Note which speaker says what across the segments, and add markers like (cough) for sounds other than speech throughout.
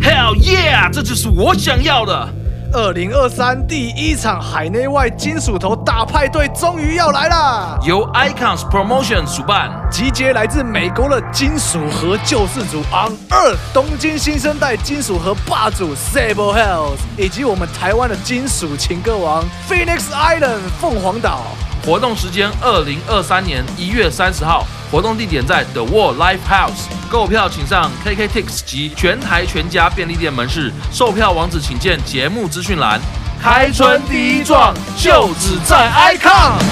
Speaker 1: Hell yeah！这就是我想要的。
Speaker 2: 二零二三第一场海内外金属头大派对终于要来啦！
Speaker 1: 由 Icons Promotion 主办，
Speaker 2: 集结来自美国的金属和救世主 On Earth、东京新生代金属和霸主 Sable Hells，以及我们台湾的金属情歌王 Phoenix Island 凤凰岛。
Speaker 1: 活动时间二零二三年一月三十号，活动地点在 The Wall Live House。购票请上 KKTix 及全台全家便利店门市，售票网址请见节目资讯栏。开春第一撞，就只在 Icon。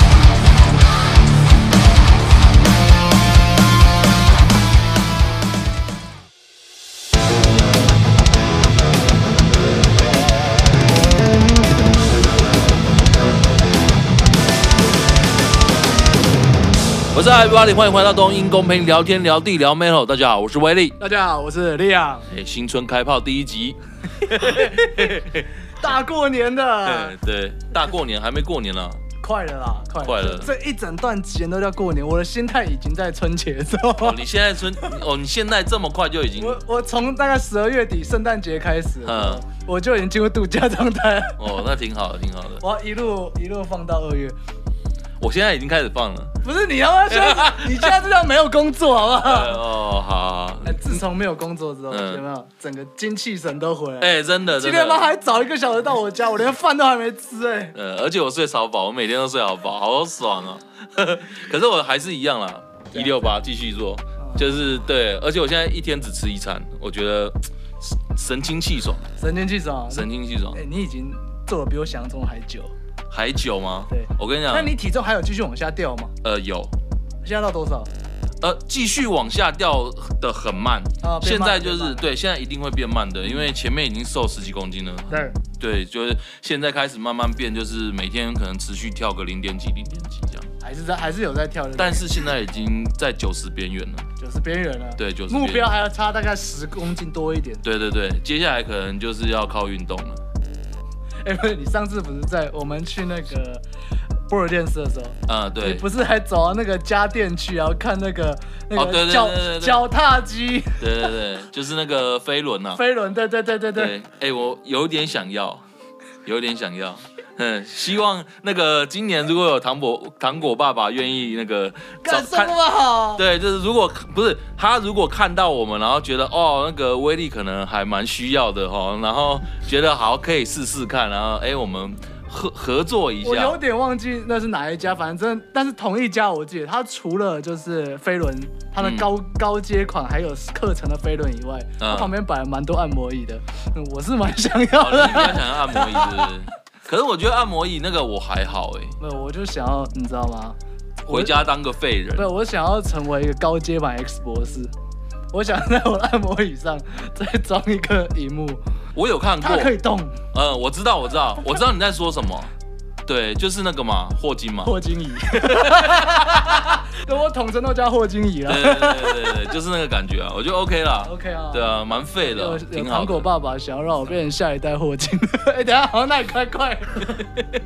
Speaker 1: 我是 Everybody，欢迎回到东英公平聊天聊地聊 Metal。大家好，我是威力。
Speaker 2: 大家好，我是 Leon。
Speaker 1: 哎，新春开炮第一集，
Speaker 2: 大过年的
Speaker 1: 对，对，大过年还没过年呢、
Speaker 2: 快了啦，快
Speaker 1: 快了
Speaker 2: 这一整段时间都叫过年，我的心态已经在春节之
Speaker 1: 哦
Speaker 2: 后，。
Speaker 1: 你现在春哦，你现在这么快就已经
Speaker 2: 我我从大概十二月底圣诞节开始，
Speaker 1: 嗯
Speaker 2: 我就已经进入度假状态，
Speaker 1: 哦，那挺好的，挺好的。
Speaker 2: (laughs) 我要一路一路放到二月。
Speaker 1: 我现在已经开始放了。
Speaker 2: 不是你要吗？现
Speaker 1: (laughs)
Speaker 2: 在你现在这样没有工作好不
Speaker 1: 呃
Speaker 2: 好？
Speaker 1: 哦，好好好
Speaker 2: 哎，自从没有工作之后，
Speaker 1: 嗯
Speaker 2: 有没有整个精气神都回来？
Speaker 1: 哎、真的，
Speaker 2: 今
Speaker 1: 真
Speaker 2: 天妈
Speaker 1: 的。
Speaker 2: 还早一个小时到我家，我连饭都还没吃哎。
Speaker 1: 呃，而且我睡超饱，我每天都睡好饱，好爽哦。 (laughs) 可是我还是一样啦，
Speaker 2: 啊
Speaker 1: 一六八继续做，
Speaker 2: 嗯
Speaker 1: 就是对，而且我现在一天只吃一餐，我觉得嘖神清气爽，
Speaker 2: 神清气爽，
Speaker 1: 神清气爽
Speaker 2: 哎，。你已经做的比我想象中还久。
Speaker 1: 还久吗？
Speaker 2: 对
Speaker 1: 我跟你讲
Speaker 2: 那，你体重还有继续往下掉吗？
Speaker 1: 呃，有，
Speaker 2: 现在到多少？
Speaker 1: 呃，继续往下掉的很慢，
Speaker 2: 啊变
Speaker 1: 现
Speaker 2: 慢
Speaker 1: 在就
Speaker 2: 变
Speaker 1: 是
Speaker 2: 慢
Speaker 1: 对，现在一定会变慢的，因为前面已经瘦十几公斤了，
Speaker 2: 对，
Speaker 1: 对，就是现在开始慢慢变，就是每天可能持续跳个零点几、零点几这样，
Speaker 2: 还是在还是有在跳的，
Speaker 1: 但是现在已经在九十边缘了，
Speaker 2: 就是边缘了。
Speaker 1: 对90
Speaker 2: 目
Speaker 1: 边
Speaker 2: 标
Speaker 1: 缘
Speaker 2: 还要差大概十公斤多一点。
Speaker 1: 对对对，接下来可能就是要靠运动了，
Speaker 2: 哎，不是，你上次不是在我们去那个波尔电视的时候，
Speaker 1: 啊、
Speaker 2: 你
Speaker 1: 对，
Speaker 2: 不是还走到那个家电去，然后看那个那
Speaker 1: 哦对
Speaker 2: 个
Speaker 1: 对
Speaker 2: 脚
Speaker 1: 对对对
Speaker 2: 脚踏机
Speaker 1: 对对对，就是那个飞轮呐、啊，
Speaker 2: 飞轮？对对对对
Speaker 1: 对
Speaker 2: 对，，
Speaker 1: 哎、我有点想要，有点想要。 (laughs) 嗯，希望那个今年如果有糖果糖果爸爸愿意那个
Speaker 2: 干
Speaker 1: 找
Speaker 2: 什么好？
Speaker 1: 对，就是如果不是他，如果看到我们，然后觉得哦，那个威力可能还蛮需要的哦，然后觉得好可以试试看，然后哎，我们合合作一
Speaker 2: 我有
Speaker 1: 下，哦
Speaker 2: 点忘记那是哪一家，反正但是同一家我记得，它除了就是飞轮，它的
Speaker 1: 嗯
Speaker 2: 高、高阶款还有课程的飞轮以外，它
Speaker 1: 嗯
Speaker 2: 旁边摆了蛮多按摩椅的，嗯我是蛮想要
Speaker 1: 好了，
Speaker 2: 的
Speaker 1: 你。比较想要按摩椅是不是？可是我觉得按摩椅那个我还好哎，
Speaker 2: (laughs) 没有，我就想要，你知道吗？我
Speaker 1: 回家当个废人
Speaker 2: 对，我想要成为一个高阶版 X 博士。我想在我的按摩椅上 (laughs) 再装一个荧幕，
Speaker 1: 我有看过
Speaker 2: 它，可以动，
Speaker 1: 嗯，我知道，我知道，我知道你在说什么，对，就是那个嘛，霍金嘛，
Speaker 2: 霍
Speaker 1: (laughs)
Speaker 2: 金椅。对，我统称都叫霍金椅
Speaker 1: 对
Speaker 2: 了。
Speaker 1: 对对对对对，就是那个感觉啊，我觉得 OK
Speaker 2: (laughs)
Speaker 1: 啦
Speaker 2: OK 啊
Speaker 1: 对啊，蛮废
Speaker 2: 有
Speaker 1: 的，
Speaker 2: 有
Speaker 1: 挺好
Speaker 2: 糖果
Speaker 1: 的。
Speaker 2: 爸爸想要让我变成下一代霍金， (laughs) 哎、等一下好，那你
Speaker 1: (laughs)
Speaker 2: 快快，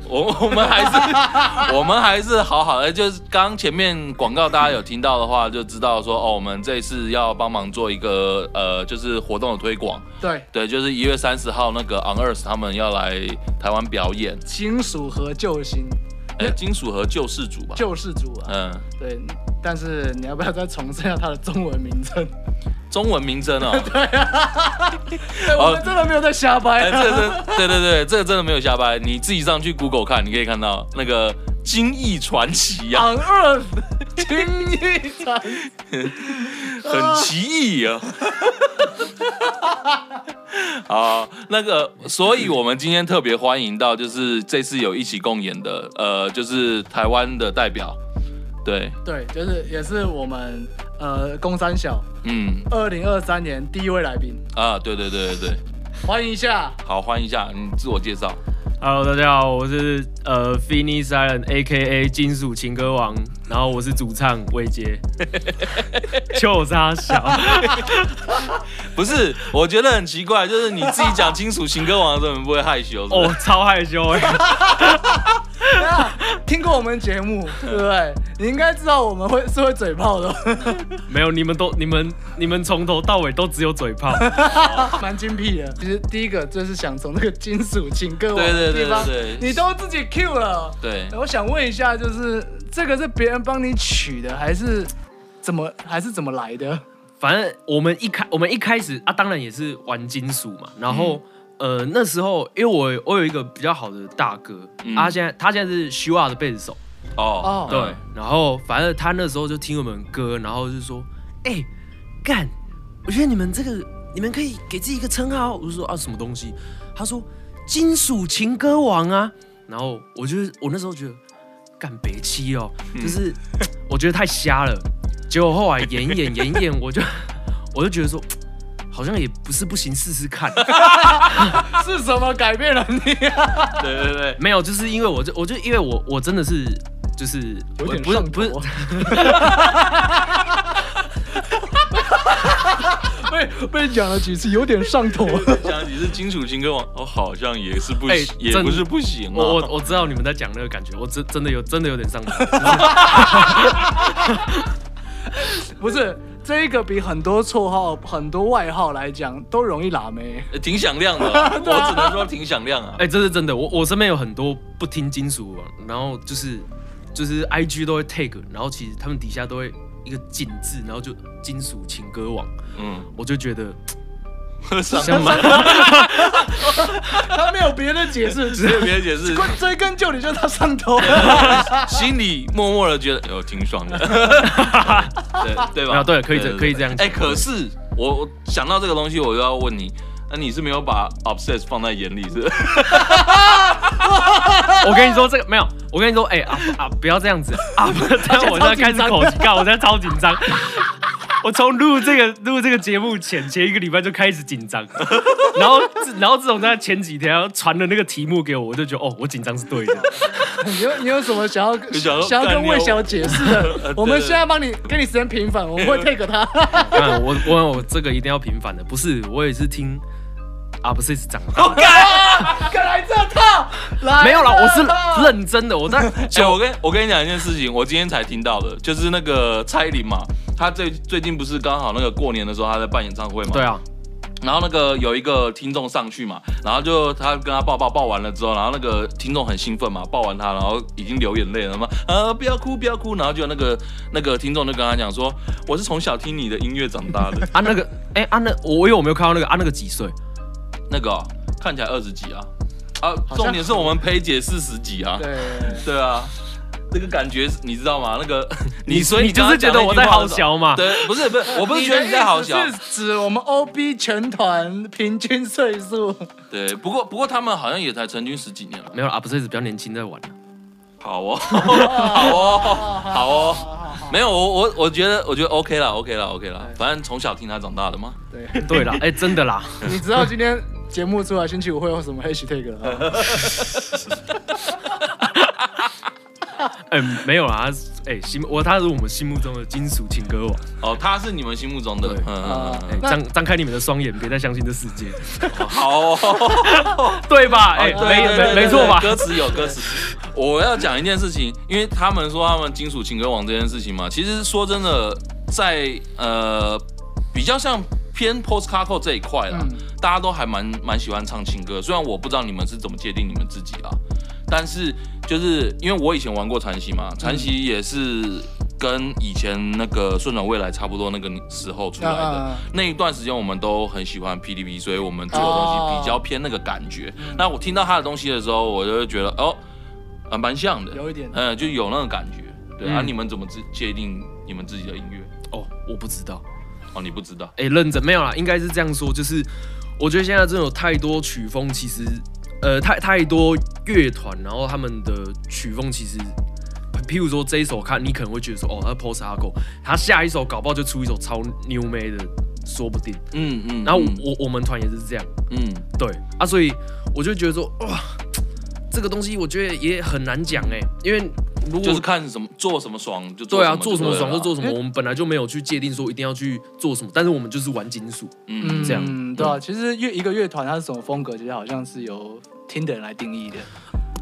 Speaker 1: 我 (laughs) 我们还是 (laughs) 我们还是好好的，就是刚刚前面广告大家有听到的话，就知道说哦，我们这一次要帮忙做一个呃，就是活动的推广。
Speaker 2: 对，
Speaker 1: 对，就是一月三十号那个 On Earth 他们要来台湾表演，
Speaker 2: 金属和救星
Speaker 1: 呃，金属和救世主吧，
Speaker 2: 救世主啊，
Speaker 1: 嗯，
Speaker 2: 对，但是你要不要再重申一下它的中文名称？
Speaker 1: 中文名称哦，
Speaker 2: 对，我们真的没有在瞎掰、啊
Speaker 1: 哎，这个真，对对对，这个真的没有瞎掰，你自己上去 Google 看，你可以看到那个金翼传奇啊呀、
Speaker 2: On Earth，听一场，
Speaker 1: 很奇异啊。 (laughs) 好，那个，所以我们今天特别欢迎到，就是这次有一起共演的，呃，就是台湾的代表，对，
Speaker 2: 对，就是也是我们呃工三小
Speaker 1: 嗯，
Speaker 2: 二零二三年第一位来宾，
Speaker 1: 啊，对对对对对，
Speaker 2: 欢迎一下，
Speaker 1: 好，欢迎一下，你自我介绍，
Speaker 3: Hello，大家好，我是呃 Phoenix Island A.K.A 金属情歌王，然后我是主唱魏杰，就他小， (laughs)
Speaker 1: 不是，我觉得很奇怪，
Speaker 3: 哦欸
Speaker 1: 就是你自己讲金属情歌王的时候，你不会害羞是不是
Speaker 3: 哦，超害羞哎，
Speaker 2: 那 (laughs) 听过我们节目，对不对？你应该知道我们会是会嘴炮的，
Speaker 3: (laughs)
Speaker 2: (laughs)
Speaker 3: 没有，你们都你们你们从头到尾都只有嘴炮，
Speaker 2: 蛮精辟的。其实第一个就是想从这个金属情歌
Speaker 1: 对
Speaker 2: 网
Speaker 1: 对
Speaker 2: 的
Speaker 1: 对
Speaker 2: 地方
Speaker 1: 对，对
Speaker 2: 你都自己 Q 了。
Speaker 1: 对
Speaker 2: 我想问一下，就是这个是别人帮你取的，还是怎么还是怎么来 (laughs) 的？
Speaker 3: 反正我们一开我们一开始啊，当然也是玩金属嘛。然后、呃那时候因为我我有一个比较好的大哥，啊
Speaker 1: 嗯
Speaker 3: 他现在他现在是 Shua 的贝斯手，
Speaker 1: 哦
Speaker 2: 哦，
Speaker 3: 对。嗯然后反正他那时候就听我们歌，然后就说：“哎、干，我觉得你们这个你们可以给自己一个称号。”我就说：“啊，什么东西？”他说：“金属情歌王啊。”然后我就是我那时候觉得干北七哦，
Speaker 2: 嗯
Speaker 3: 就是、我觉得太瞎了。结果后来演一演演一演，我就 (laughs) 我就觉得说。好像也不是不行，试试看。
Speaker 2: 是什么改变了你？
Speaker 1: 对对对， (laughs)
Speaker 3: 没有，就是因为我就我就因为我我真的是就是
Speaker 2: 有
Speaker 3: 我
Speaker 2: 点
Speaker 3: 不是
Speaker 2: 上
Speaker 3: 不是
Speaker 2: 头啊啊 (laughs) 被被讲了几次，有点上头。
Speaker 1: 想你是金属情歌王，我好像也是不
Speaker 3: 哎
Speaker 1: 行，也
Speaker 3: 真
Speaker 1: 不是不 (laughs) 行
Speaker 3: 我
Speaker 1: 哦
Speaker 3: 我。我知道你们在讲那个感觉，我真真的有真的有点上头。
Speaker 2: (laughs)
Speaker 3: (laughs)
Speaker 2: 不是这一个比很多绰号、很多外号来讲都容易拉妹。
Speaker 1: 呃挺响亮的啊，我只能说挺响亮啊
Speaker 3: 哎、。这是真的，我我身边有很多不听金属，然后就是就是 I G 都会 tag，然后其实他们底下都会一个井字，然后就金属情歌王，
Speaker 1: 嗯，
Speaker 3: 我就觉得
Speaker 1: 上
Speaker 3: (laughs) 想买，
Speaker 2: 他没有别的解释，
Speaker 1: 这别解
Speaker 3: (laughs)
Speaker 1: 释，
Speaker 2: 关 (laughs) 追根究底就是他上头。
Speaker 1: 心里默默的觉得，哦，挺爽
Speaker 3: (laughs)
Speaker 1: 的，对对
Speaker 3: 没
Speaker 1: 吧？
Speaker 3: 有啊对可以这可以这样
Speaker 1: 哎，
Speaker 3: 讲
Speaker 1: 可是我我想到这个东西，我就要问你，那你是没有把 obsess 放在眼里是
Speaker 3: (laughs)
Speaker 1: 不是？
Speaker 3: 我跟你说这个没有，我跟你说，哎、啊啊，不要这样子
Speaker 1: (laughs)
Speaker 3: 啊！不但我现在开始口急，干，我现在超紧张。 (laughs) 我从录这个录这个节目前前一个礼拜就开始紧张， (laughs) 然后自然后自从他前几天传了那个题目给我，我就觉得哦，我紧张是对的。
Speaker 2: (laughs) 你有你有什么想要
Speaker 1: 想要
Speaker 2: 想要跟魏小解释
Speaker 3: (laughs) 呃
Speaker 2: 的？我们现在帮你给你时间平反，我们会 take 他。 (laughs)
Speaker 3: 嗯，我我我这个一定要平反的，不是我也是听啊，不是是长
Speaker 1: (laughs) 哦
Speaker 3: 大，
Speaker 2: 敢来这套？来
Speaker 3: 没有啦，我
Speaker 2: 这套
Speaker 3: 是认真的，我在 (laughs)
Speaker 1: 哎、我跟我跟你讲一件事情，我今天才听到的，就是那个蔡依林嘛，她最最近不是刚好那个过年的时候她在办演唱会嘛，
Speaker 3: 对啊，
Speaker 1: 然后那个有一个听众上去嘛，然后就他跟他抱抱抱完了之后，然后那个听众很兴奋嘛，抱完他，然后已经流眼泪了嘛，啊不要哭不要哭，然后就那个那个听众就跟他讲说，我是从小听你的音乐长大的，
Speaker 3: 啊那个哎、啊那我有没有看到那个啊那个几岁？
Speaker 1: 那个哦、看起来二十几啊，啊
Speaker 2: 好像
Speaker 1: 重点是我们裴姐四十几啊，
Speaker 2: 对，
Speaker 1: 对啊。那个感觉你知道吗？那个 (laughs) 你所以
Speaker 3: 你就
Speaker 1: 刚
Speaker 3: 是
Speaker 1: 刚讲
Speaker 3: 觉得
Speaker 1: 那
Speaker 3: 我
Speaker 1: 句
Speaker 3: 在
Speaker 1: 话
Speaker 3: 好
Speaker 1: 的时候
Speaker 3: 小啊嘛？
Speaker 1: 对，不是不是，我不是觉得你在好啊笑
Speaker 2: 你的意。思是指我们 OB 全团平均岁数。
Speaker 1: 对，不过不过他们好像也才成军十几年了。
Speaker 3: 没有啦啊，不是比较年轻在玩。
Speaker 1: 好哦，好哦，好哦。没有，我我我觉得我觉得 OK 啦，OK 啦，OK 啦，反正从小听他长大的嘛。
Speaker 2: 对，
Speaker 3: (laughs) 对啦，哎、真的啦，
Speaker 2: 你知道今天节目出来星期五会有什么 hashtag 了
Speaker 3: (laughs)
Speaker 2: 啊？
Speaker 3: 嗯、没有啦，他是哎、心我他是我们心目中的金属情歌王。
Speaker 1: 哦，他是你们心目中的
Speaker 3: 对，
Speaker 1: 嗯嗯嗯
Speaker 3: 哎、
Speaker 2: 那
Speaker 3: 张张开你们的双眼，别再相信这世界， (laughs)
Speaker 1: 嗯，好哦，
Speaker 3: 对吧？哎、
Speaker 1: 对对
Speaker 3: 没
Speaker 1: 对
Speaker 3: 没没
Speaker 1: 对
Speaker 3: 错吧？
Speaker 1: 歌词有歌词。 (laughs) 我要讲一件事情，因为他们说他们金属情歌王这件事情嘛，其实说真的，在呃比较像偏 post c a r c o 这一块啦，
Speaker 2: 嗯
Speaker 1: 大家都还蛮蛮喜欢唱情歌。虽然我不知道你们是怎么界定你们自己啊，但是就是因为我以前玩过传奇
Speaker 3: 嗯
Speaker 1: 嘛，传奇也是跟以前那个顺转未来差不多那个时候出来的。
Speaker 2: 啊
Speaker 1: 那一段时间我们都很喜欢 PDB，所以我们做的东西比较偏那个感觉。
Speaker 3: 哦
Speaker 1: 那我听到他的东西的时候，我就会觉得哦，啊，蛮像的，
Speaker 2: 有一
Speaker 3: 呃
Speaker 2: 点
Speaker 1: 嗯，就有那种感觉。对、啊，
Speaker 3: 嗯
Speaker 1: 你们怎么自界定你们自己的音乐？
Speaker 3: 哦，我不知道。
Speaker 1: 哦，你不知道，
Speaker 3: 哎、认真没有啦，应该是这样说，就是我觉得现在真的有太多曲风，其实呃，太太多乐团，然后他们的曲风其实，譬如说这一首看，你可能会觉得说，哦，他 post hardcore，他下一首搞不好就出一首超 new m a 的，说不定。
Speaker 1: 嗯嗯。
Speaker 3: 然后
Speaker 1: 嗯
Speaker 3: 我、我们团也是这样，
Speaker 1: 嗯，
Speaker 3: 对啊，所以我就觉得说，哇，这个东西我觉得也很难讲哎、因为如果
Speaker 1: 就是看什么做什么爽就
Speaker 3: 对啊，
Speaker 1: 做
Speaker 3: 做什么爽就做什么，
Speaker 2: 因为
Speaker 3: 我们本来就没有去界定说一定要去做什么，但是我们就是玩金属。
Speaker 1: 嗯
Speaker 3: 这样
Speaker 2: 嗯，对啊，其实乐一个乐团它是什么风格，其实好像是由听的人来定义的。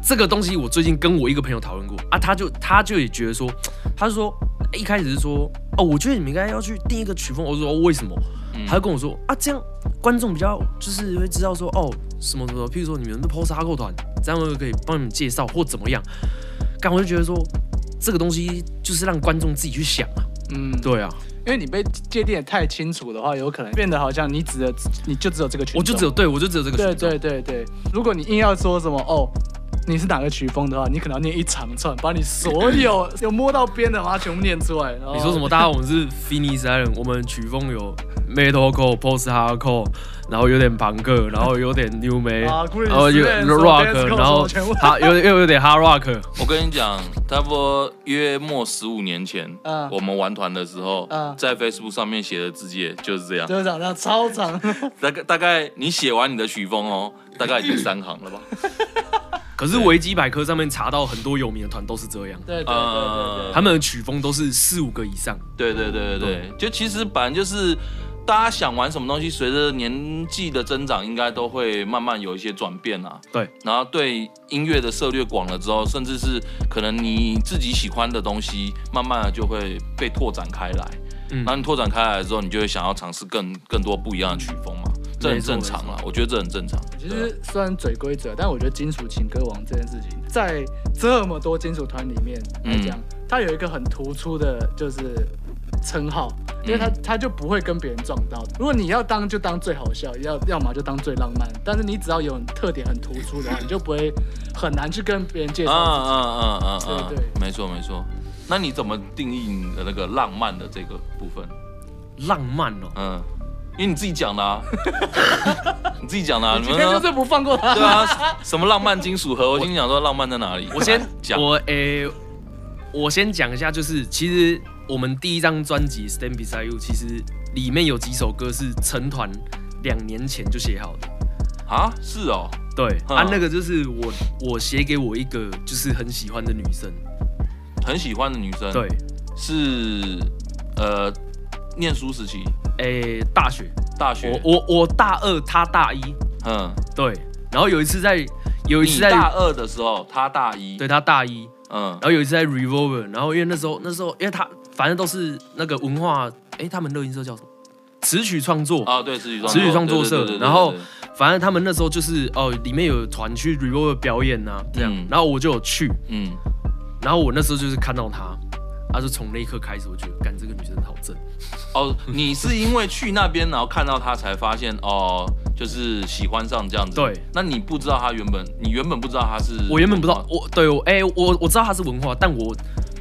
Speaker 3: 这个东西我最近跟我一个朋友讨论过啊，他就他就也觉得说，他就说一开始是说哦，我觉得你们应该要去定一个曲风，我说、哦、为什么？他就跟我说啊，这样观众比较就是会知道说哦什么什么，譬如说你们的 post 哈扣团，这样我就可以帮你们介绍或怎么样。但我就觉得说这个东西就是让观众自己去想啊，
Speaker 2: 嗯，
Speaker 3: 对啊，
Speaker 2: 因为你被界定的太清楚的话，有可能变得好像你只的你就只有这个群，
Speaker 3: 我就只有对我就只有这个
Speaker 2: 对
Speaker 3: 选择
Speaker 2: 对对对，如果你硬要说什么哦，你是哪个曲风的话，你可能要念一长串，把你所
Speaker 3: (laughs)
Speaker 2: 有有摸到边的，把它全部念出来。然后
Speaker 3: 你说什么？大家好，我们是 Phoenix Island，我们曲风有 metalcore、post hardcore，然后有点朋克，然后有点 new metal，
Speaker 2: 啊，Green
Speaker 3: 然后有
Speaker 2: Slade，什么
Speaker 3: rock，
Speaker 2: Deathcore，
Speaker 3: 然后
Speaker 2: 什么全部
Speaker 3: 哈有又有点 hard rock，
Speaker 1: 我跟你讲，差不多约莫十五年前，
Speaker 2: 嗯
Speaker 1: 我们玩团的时候，
Speaker 2: 嗯
Speaker 1: 在 Facebook 上面写的字界就是这样。
Speaker 2: 就是长这样超长， (laughs)
Speaker 1: 大概大概你写完你的曲风哦，大概已经三行了吧？
Speaker 3: 可是维基百科上面查到很多有名的团都是这样，
Speaker 2: 对对对对
Speaker 1: 嗯
Speaker 2: 对
Speaker 3: 他们的曲风都是四五个以上，
Speaker 1: 对对对对对，就其实本来就是。大家想玩什么东西，随着年纪的增长，应该都会慢慢有一些转变啊。
Speaker 3: 对，
Speaker 1: 然后对音乐的涉略广了之后，甚至是可能你自己喜欢的东西，慢慢的就会被拓展开来。
Speaker 3: 嗯
Speaker 1: 然后你拓展开来之后，你就会想要尝试更更多不一样的曲风嘛，这很
Speaker 3: 没错
Speaker 1: 正常啦
Speaker 3: 嗯没。
Speaker 1: 我觉得这很正常。
Speaker 2: 其
Speaker 1: 对啊
Speaker 2: 实虽然嘴归嘴，但我觉得金属情歌王这件事情，在这么多金属团里面来讲，
Speaker 1: 嗯
Speaker 2: 它有一个很突出的，就是称号，因为它
Speaker 1: 嗯
Speaker 2: 它就不会跟别人撞到。如果你要当就当最好笑，要要么就当最浪漫，但是你只要有特点很突出的话，你就不会很难去跟别人介
Speaker 1: 嗯
Speaker 2: 绍自己。
Speaker 1: 嗯嗯嗯
Speaker 2: 对
Speaker 1: 嗯，没错没错。那你怎么定义你的那个浪漫的这个部分？
Speaker 3: 浪漫哦，
Speaker 1: 嗯，因为你自己讲的
Speaker 3: (laughs)
Speaker 1: 啊，你自己讲的啊，
Speaker 2: 你
Speaker 1: 你
Speaker 2: 今
Speaker 1: 们
Speaker 2: 天
Speaker 1: 呢
Speaker 2: 就是不放过他，
Speaker 1: 对啊，什么浪漫金属
Speaker 3: (laughs)
Speaker 1: 盒？我心里想说浪漫在哪里？
Speaker 3: 我先
Speaker 1: 来讲，
Speaker 3: 我诶、我先讲一下，就是其实我们第一张专辑《Stand Beside You》，其实里面有几首歌是成团两年前就写好的。
Speaker 1: 啊，是哦，
Speaker 3: 对、
Speaker 1: 嗯
Speaker 3: 啊，那个就是我我写给我一个就是很喜欢的女生，
Speaker 1: 很喜欢的女生，
Speaker 3: 对，，
Speaker 1: 是呃，念书时期，
Speaker 3: 诶、大学，
Speaker 1: 大学，
Speaker 3: 我我我大二，她大一，
Speaker 1: 嗯，
Speaker 3: 对，然后有一次在有一
Speaker 1: 你
Speaker 3: 次在
Speaker 1: 大二的时候，他大一，
Speaker 3: 对她大一，
Speaker 1: 嗯
Speaker 3: 然，后有一次在 Revolver，然后因为那时候那时候因为她反正都是那个文化，诶、他们乐音社叫什么？词曲创作
Speaker 1: 啊，对，词曲创
Speaker 3: 词曲创作
Speaker 1: 对
Speaker 3: 社
Speaker 1: 对对对
Speaker 3: 然后
Speaker 1: 对对
Speaker 3: 反正他们那时候就是哦，里面有团去 r e v o l v 表演呐、啊，这样，
Speaker 1: 嗯
Speaker 3: 然后我就有去，
Speaker 1: 嗯，
Speaker 3: 然后我那时候就是看到她，她就从那一刻开始，我觉得干这个女生好正，
Speaker 1: 哦，你是因为去那边，然后看到他才发现哦，就是喜欢上这样子。
Speaker 3: 对，
Speaker 1: 那你不知道他原本，你原本不知道他是，
Speaker 3: 我原本不知道，，我对我哎、我我知道她是文化，但我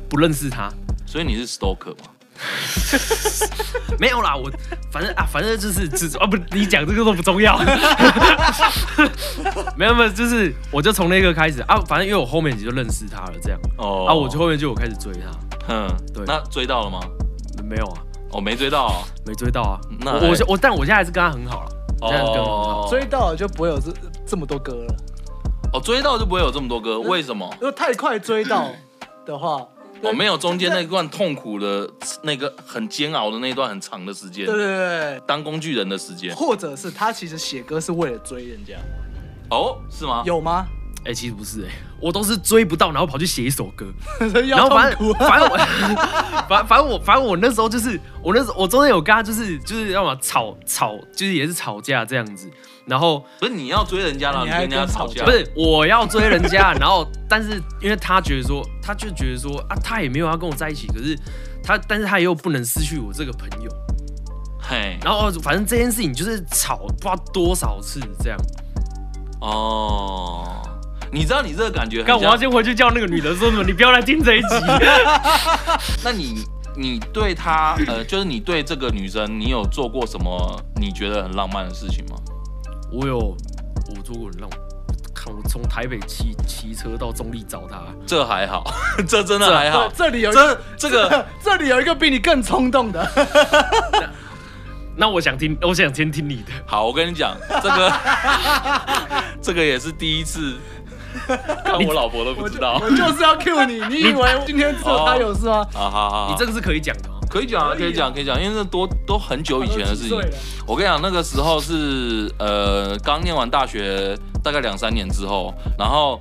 Speaker 3: 不认识她，
Speaker 1: 所以你是 stalker 嘛？
Speaker 3: 没有啦，我反正啊，反正就是只啊不，你讲这个都不重要， (laughs) 没有没有，就是我就从那个开始啊，反正因为我后面就认识她了，这样，
Speaker 1: 哦
Speaker 3: 啊，我就后面就有开始追她，
Speaker 1: 嗯，
Speaker 3: 对
Speaker 1: 那追到了吗？
Speaker 3: 没有啊，
Speaker 1: 哦，没追到哦。
Speaker 3: 没追到啊，
Speaker 1: 那
Speaker 3: 我我
Speaker 1: 哎
Speaker 3: 我但我现在还是跟她很好了，我现在跟她很好。
Speaker 1: 哦，
Speaker 2: (laughs) 追到了就不会有这这么多歌了。
Speaker 1: 哦追到就不会有这么多歌，
Speaker 2: 嗯
Speaker 1: 为什么
Speaker 2: 如？果太快追到的话，
Speaker 1: 我、哦没有中间那段痛苦的、那个很煎熬的那段很长的时间
Speaker 2: 对，对对对
Speaker 1: 当工具人的时间
Speaker 2: 对，。或者是他其实写歌是为了追人家，
Speaker 1: 哦，是吗？
Speaker 2: 有吗？ (laughs)
Speaker 3: 哎、其实不是哎、我都是追不到，然后跑去写一首歌，然
Speaker 2: 要
Speaker 3: 后反
Speaker 2: 痛
Speaker 3: 正
Speaker 2: 苦
Speaker 3: 反正我反反正我反正我那时候就是我那时候我中间有跟他就是就是要么吵吵就是也是吵架这样子，然后
Speaker 1: 不是你要追人家啦，
Speaker 2: 你
Speaker 1: 你
Speaker 2: 还
Speaker 1: 跟人家
Speaker 2: 跟
Speaker 1: 吵
Speaker 2: 吵
Speaker 1: 架，
Speaker 2: 架
Speaker 3: 不是我要追人家，然后但是因为他觉得说他就觉得说啊他也没有要跟我在一起，可是他但是他又不能失去我这个朋友，
Speaker 1: 嘿，
Speaker 3: 然后哦反正这件事情就是吵不知道多少次这样，
Speaker 1: 哦，你知道你这个感觉很
Speaker 3: 但
Speaker 1: 像，
Speaker 3: 我要先回去叫那个女的说什么你不要来听这一集，
Speaker 1: 那你你对她，呃，就是你对这个女生，你有做过什么你觉得很浪漫的事情吗？
Speaker 3: (laughs) 我有我做过很让我看我从台北骑骑车到中立找他，
Speaker 1: 这还好， (laughs) 这真的还好
Speaker 2: 对，这里有一
Speaker 1: 这这个
Speaker 2: 个， (laughs) 这里有一个比你更冲动的，
Speaker 3: (laughs) 那我想听，我想先听你的，
Speaker 1: 好，我跟你讲，这个
Speaker 3: (laughs)
Speaker 1: 这个也是第一次，看我老婆都不知道。
Speaker 2: (laughs) 我就是要 cue
Speaker 3: (laughs)
Speaker 2: 你，你以为今天只有他有事吗？
Speaker 1: 啊，好好好，
Speaker 3: 你这个是可以讲的哦。
Speaker 1: 可以讲啊，可以讲，可以讲，因为那多都很久以前的事情
Speaker 2: 他都几岁了。
Speaker 1: 我跟你讲，那个时候是呃刚念完大学，大概两三年之后，然后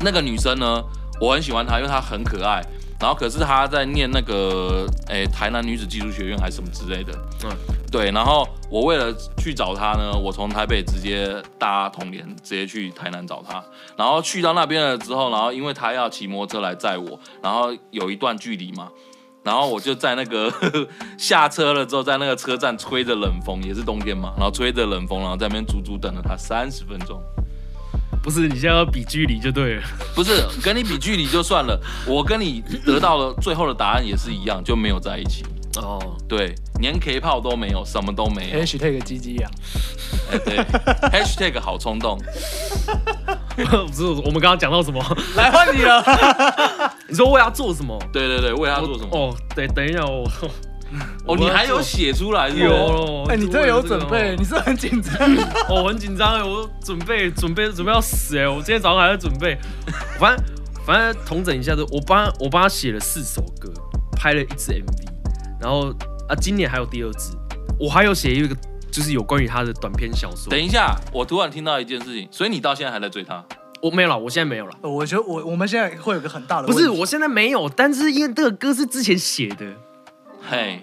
Speaker 1: 那个女生呢，我很喜欢她，因为她很可爱。然后可是她在念那个诶、台南女子技术学院还是什么之类的，
Speaker 3: 嗯
Speaker 1: 嗯，对。然后我为了去找她呢，我从台北直接搭统联直接去台南找她。然后去到那边了之后，然后因为她要骑摩托车来载我，然后有一段距离嘛。然后我就在那个 (laughs) 下车了之后，在那个车站吹着冷风，也是冬天嘛，然后吹着冷风，然后在那边足足等了她三十分钟。
Speaker 3: 不是，你现在要比距离就对了。
Speaker 1: 不是跟你比距离就算了， (laughs) 我跟你得到了最后的答案也是一样，就没有在一起。
Speaker 3: 哦，
Speaker 1: 对，连 K 炮都没有，什么都没有。
Speaker 2: ，#hashtag 鸡鸡啊，
Speaker 1: 哎对，#hashtag 好冲动。
Speaker 3: 哦不是，我们刚刚讲到什么？
Speaker 2: 来换你了。
Speaker 3: 你说我要做什么？
Speaker 1: (laughs) 对对对，为他做什么？
Speaker 3: 哦，对，等一下， (laughs) 我
Speaker 1: 哦，你还有写出来是不是？
Speaker 3: 有，
Speaker 2: 哎，你真的有准备，
Speaker 3: 哦我
Speaker 2: 你是很紧张。
Speaker 3: (laughs) 哦，我很紧张哎，我准备准备准备要死哎，我今天早上还在准备， (laughs) 反正反正统整一下子，我帮我帮他写了四首歌，拍了一支 MV，然后啊，今年还有第二支，我还有写一个就是有关于他的短篇小说，
Speaker 1: 等一下，我突然听到一件事情，所以你到现在还在追他？
Speaker 3: 我没有了，我现在没有了。
Speaker 2: 我觉得我我们现在会有个很大的
Speaker 3: 不是，
Speaker 2: 问题
Speaker 3: 我现在没有，但是因为这个歌是之前写的，
Speaker 1: 嘿，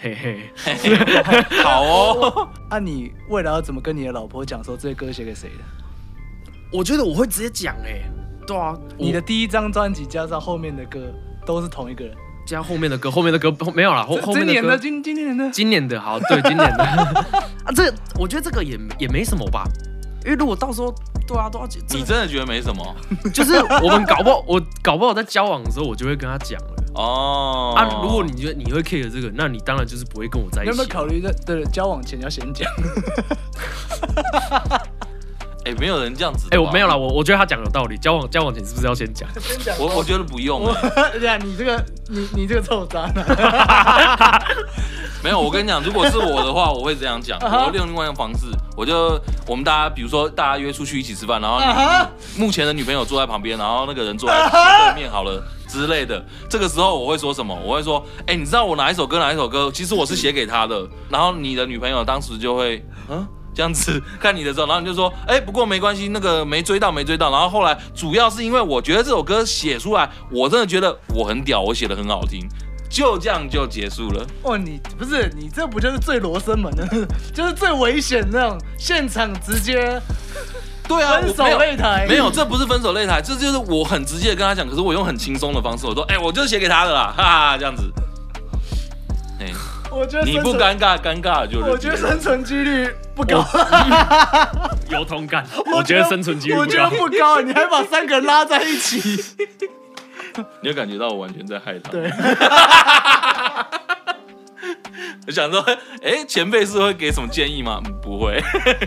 Speaker 3: 嘿嘿，
Speaker 1: 嘿嘿好哦。
Speaker 2: 啊，你未来要怎么跟你的老婆讲说这些歌写给谁的？
Speaker 3: 我觉得我会直接讲哎、对啊，
Speaker 2: 你的第一张专辑加上后面的歌都是同一个人。
Speaker 3: 我加后面的歌，后面的歌后没有啦，后后
Speaker 2: 今
Speaker 3: 面
Speaker 2: 年
Speaker 3: 歌
Speaker 2: 的今今年的
Speaker 3: 今年的好，对，今
Speaker 2: (laughs)
Speaker 3: 年的啊，这个我觉得这个也也没什么吧，因为如果到时候对啊，都要
Speaker 1: (laughs) 你
Speaker 3: 这
Speaker 1: 真的觉得没什么
Speaker 3: 就是我们搞不好，我搞不好在交往的时候，我就会跟他讲了
Speaker 1: 哦？
Speaker 3: 啊。如果你觉得你会 care 这个，那你当然就是不会跟我在
Speaker 2: 你
Speaker 3: 一
Speaker 2: 有没有
Speaker 3: 起。
Speaker 2: 考虑在对交往前要先讲？
Speaker 1: 哎，没有人这样子。
Speaker 2: 啊
Speaker 3: 哎、我没有。啦，我我觉得他讲有道理。交往交往前是不是要先讲？
Speaker 2: 先讲
Speaker 1: 我我觉得不用
Speaker 2: 我
Speaker 1: 哎
Speaker 2: (laughs) 对啊，你这个你你这个臭渣男，
Speaker 1: 没有，我跟你讲，如果是我的话，我会这样
Speaker 3: (laughs)
Speaker 1: 讲，我会用另外一种方式，我就我们大家，比如说大家约出去一起吃饭，然
Speaker 3: (laughs)
Speaker 1: 后你目前的女朋友坐在旁边，然后那个人坐在斜对面好了之类的，这个时候我会说什么？我会说，哎、你知道我哪一首歌哪一首歌？其实我是写给她的，然后你的女朋友当时就会，嗯。这样子看你的时候，然后你就说，哎、不过没关系，那个没追到，没追到。然后后来主要是因为我觉得这首歌写出来，我真的觉得我很屌，我写的很好听，就这样就结束了。
Speaker 2: 哦，你不是你这不就是最罗生门的，就是最危险那种，现场直接
Speaker 1: 对啊，
Speaker 2: 分
Speaker 1: 我
Speaker 2: 手
Speaker 1: 没有
Speaker 2: 擂台，
Speaker 1: 没有，这不是分手擂台，这就是我很直接的跟他讲，可是我用很轻松的方式，我说，哎、我就是写给他的啦，哈哈，这样子。哎、
Speaker 2: 我觉
Speaker 1: (laughs)
Speaker 2: 得
Speaker 1: 你不
Speaker 2: 敢，
Speaker 1: 尴尬，尴尬就是。
Speaker 2: 我觉得生存几率不高， (laughs)
Speaker 3: 有同感，我觉得生存几率
Speaker 2: 我
Speaker 3: 不
Speaker 2: 觉得
Speaker 3: 高。
Speaker 2: 不高，你还把三个人拉在一起，
Speaker 1: 你有感觉到我完全在害他。
Speaker 2: 对，
Speaker 1: 我想说，哎、前辈是会给什么建议吗？嗯不会。 (laughs)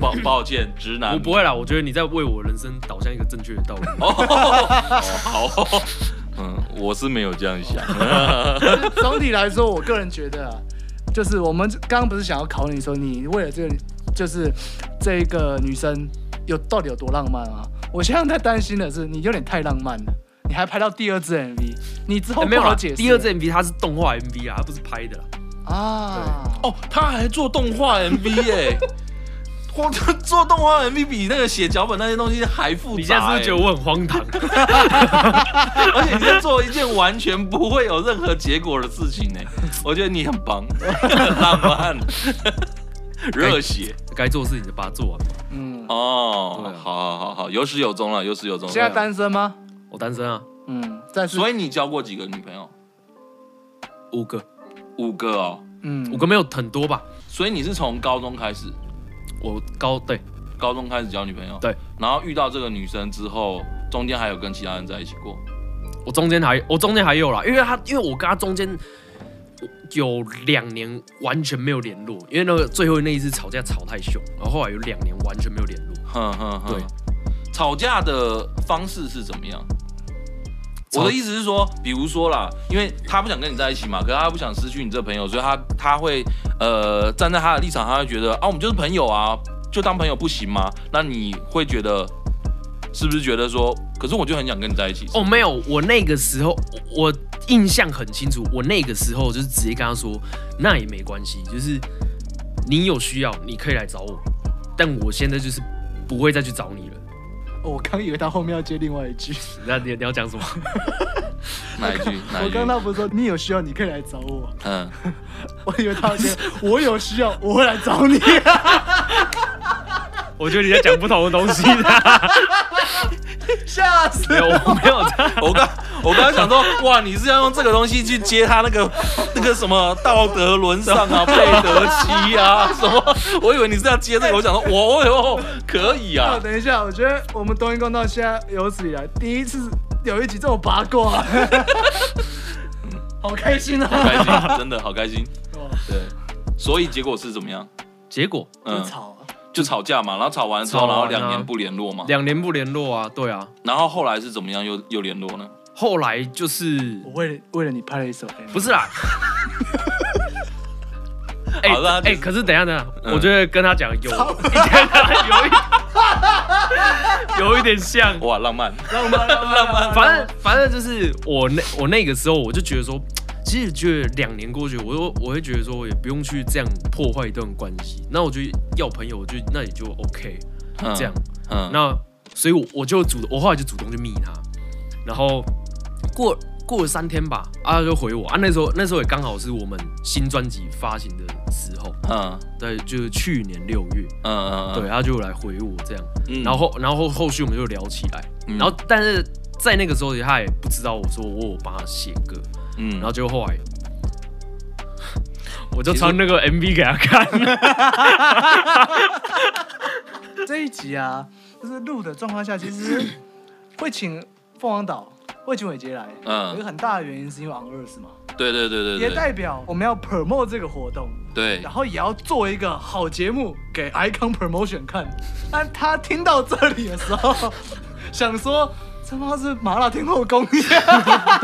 Speaker 1: 抱抱歉，直男。
Speaker 3: 我不会啦，我觉得你在为我人生导向一个正确的道路。
Speaker 1: 哦。哦，好 (laughs) 哦嗯，我是没有这样想。
Speaker 2: (laughs) 总体来说，我个人觉得啊，就是我们刚刚不是想要考你说，你为了这个，就是这一个女生有到底有多浪漫啊？我现在在担心的是，你有点太浪漫了，你还拍到第二支 MV，你之后
Speaker 3: 哎
Speaker 2: 不
Speaker 3: (laughs) 没有
Speaker 2: 好
Speaker 3: 啦，
Speaker 2: 解释、
Speaker 3: 第二支 MV 它是动画 MV 啊，它不是拍的啦。
Speaker 2: 啊，
Speaker 1: 哦，他还做动画 MV 哎、 (laughs) 哇，他做动画 MV 比那个写脚本那些东西还复杂、欸。
Speaker 3: 你现在是不是觉得我很
Speaker 2: (laughs)
Speaker 3: 荒唐？
Speaker 1: 而且你在做一件完全不会有任何结果的事情呢、我觉得你很棒， (laughs) 很浪漫， (laughs) 热血
Speaker 3: 该做的事情就把它做完嘛。
Speaker 2: 嗯，
Speaker 1: 哦
Speaker 3: 对啊，
Speaker 1: 好好好好，有始有终了，有始有终。
Speaker 2: 现在单身吗？
Speaker 3: 我单身啊，
Speaker 2: 嗯，但是
Speaker 1: 所以你交过几个女朋友？
Speaker 3: 五个，
Speaker 1: 五个哦，
Speaker 2: 嗯，
Speaker 3: 五个没有很多吧？
Speaker 1: 所以你是从高中开始，
Speaker 3: 我高对
Speaker 1: 高中开始交女朋友，
Speaker 3: 对，
Speaker 1: 然后遇到这个女生之后，中间还有跟其他人在一起过，
Speaker 3: 我中间还我中间还有啦，因为他因为我跟他中间我有两年完全没有联络，因为那个最后那一次吵架吵太凶，然后后来有两年完全没有联络。
Speaker 1: 哼哼哼。
Speaker 3: 对，
Speaker 2: 嗯
Speaker 1: 吵架的方式是怎么样？
Speaker 3: 吵
Speaker 1: 我的意思是说，比如说啦，因为他不想跟你在一起嘛，可是他不想失去你这朋友，所以他他会呃站在他的立场，他会觉得啊，我们就是朋友啊，就当朋友不行吗？那你会觉得是不是觉得说，可是我就很想跟你在一起？
Speaker 3: 哦，没有，我那个时候我我印象很清楚，我那个时候就是直接跟他说，那也没关系，就是你有需要你可以来找我，但我现在就是不会再去找你了。
Speaker 2: 哦我刚以为他后面要接另外一句，
Speaker 3: 那你你要讲什么？
Speaker 1: 哪一句？哪
Speaker 2: 我
Speaker 1: 一句
Speaker 2: 刚？刚不是说你有需要你可以来找我，
Speaker 1: 嗯，
Speaker 2: 我以为他要
Speaker 3: (laughs)
Speaker 2: 接我有需要我会来找你。
Speaker 3: (laughs)
Speaker 2: 啊
Speaker 3: 我觉得你在讲不同的东西。
Speaker 2: (laughs) 吓死！
Speaker 3: (laughs) 没有，我没有这样。
Speaker 1: 我刚我刚刚想说，哇，你是要用这个东西去接他那个 (laughs) 那个什么道德沦丧
Speaker 3: (laughs)
Speaker 1: 啊、佩德基啊 (laughs) 什么？我以为你是要接这个，我想说，我哟可以啊
Speaker 3: (laughs)
Speaker 2: 哦，。等一下，我觉得我们东英公道现在有史以来第一次有一集这么八卦， (laughs) 好开心 (laughs)
Speaker 1: 好
Speaker 2: 啊！
Speaker 1: 开心，真的好开心。
Speaker 2: 哦
Speaker 1: 对，所以结果是怎么样？
Speaker 3: 结果
Speaker 2: 不
Speaker 1: 嗯，
Speaker 2: 吵啊，
Speaker 1: 就吵架嘛，然后吵完之后，
Speaker 3: 吵完
Speaker 1: 然
Speaker 3: 啊
Speaker 1: 后两年不联络嘛，
Speaker 3: 两年不联络啊，对啊。
Speaker 1: 然后后来是怎么样又又联络呢？
Speaker 3: 后来就是
Speaker 2: 我为了为了你拍了一首 MV，
Speaker 3: 不是 (laughs) 啦。哎
Speaker 1: 好啦
Speaker 3: 哎、
Speaker 1: 就是
Speaker 3: 可是等一下等一下，
Speaker 1: 嗯
Speaker 3: 我觉得跟他讲有一 (laughs) 点有一有一点像，
Speaker 1: 哇，浪漫，
Speaker 2: 浪漫浪漫
Speaker 3: 反正反正就是我那我那个时候我就觉得说，其实觉得两年过去，我又我会觉得说，我也不用去这样破坏一段关系。那我就要朋友，我就那也就 OK
Speaker 1: 嗯
Speaker 3: 这样。，
Speaker 1: 嗯，
Speaker 3: 那所以我我就主我后来就主动去密他，然后过过了三天吧，啊他就回我啊，那时候那时候也刚好是我们新专辑发行的时候，
Speaker 1: 嗯
Speaker 3: 对，就是去年六月，
Speaker 1: 嗯嗯，
Speaker 3: 对，他就来回我这样，
Speaker 1: 对
Speaker 3: 然后后然后后续我们就聊起来，
Speaker 1: 嗯
Speaker 3: 然后但是在那个时候他也不知道我说我有帮他写歌，
Speaker 1: 嗯，
Speaker 3: 然后结果后
Speaker 1: (laughs)
Speaker 3: 来。我就传那个 MV 给他看，
Speaker 2: (laughs)
Speaker 3: (laughs)
Speaker 2: 这一集啊，就是录的状况下，其实会请凤凰岛，会请伟杰来，
Speaker 1: 嗯
Speaker 2: 有一个很大的原因是因为 On Earth 嘛，
Speaker 1: 对对对对
Speaker 2: 也
Speaker 1: 对
Speaker 2: 代表我们要 promote 这个活动，
Speaker 1: 对
Speaker 2: 然，后也要做一个好节目给 Icon Promotion 看。但他听到这里的时候，想说他妈是麻辣天后宫 (laughs) 呀，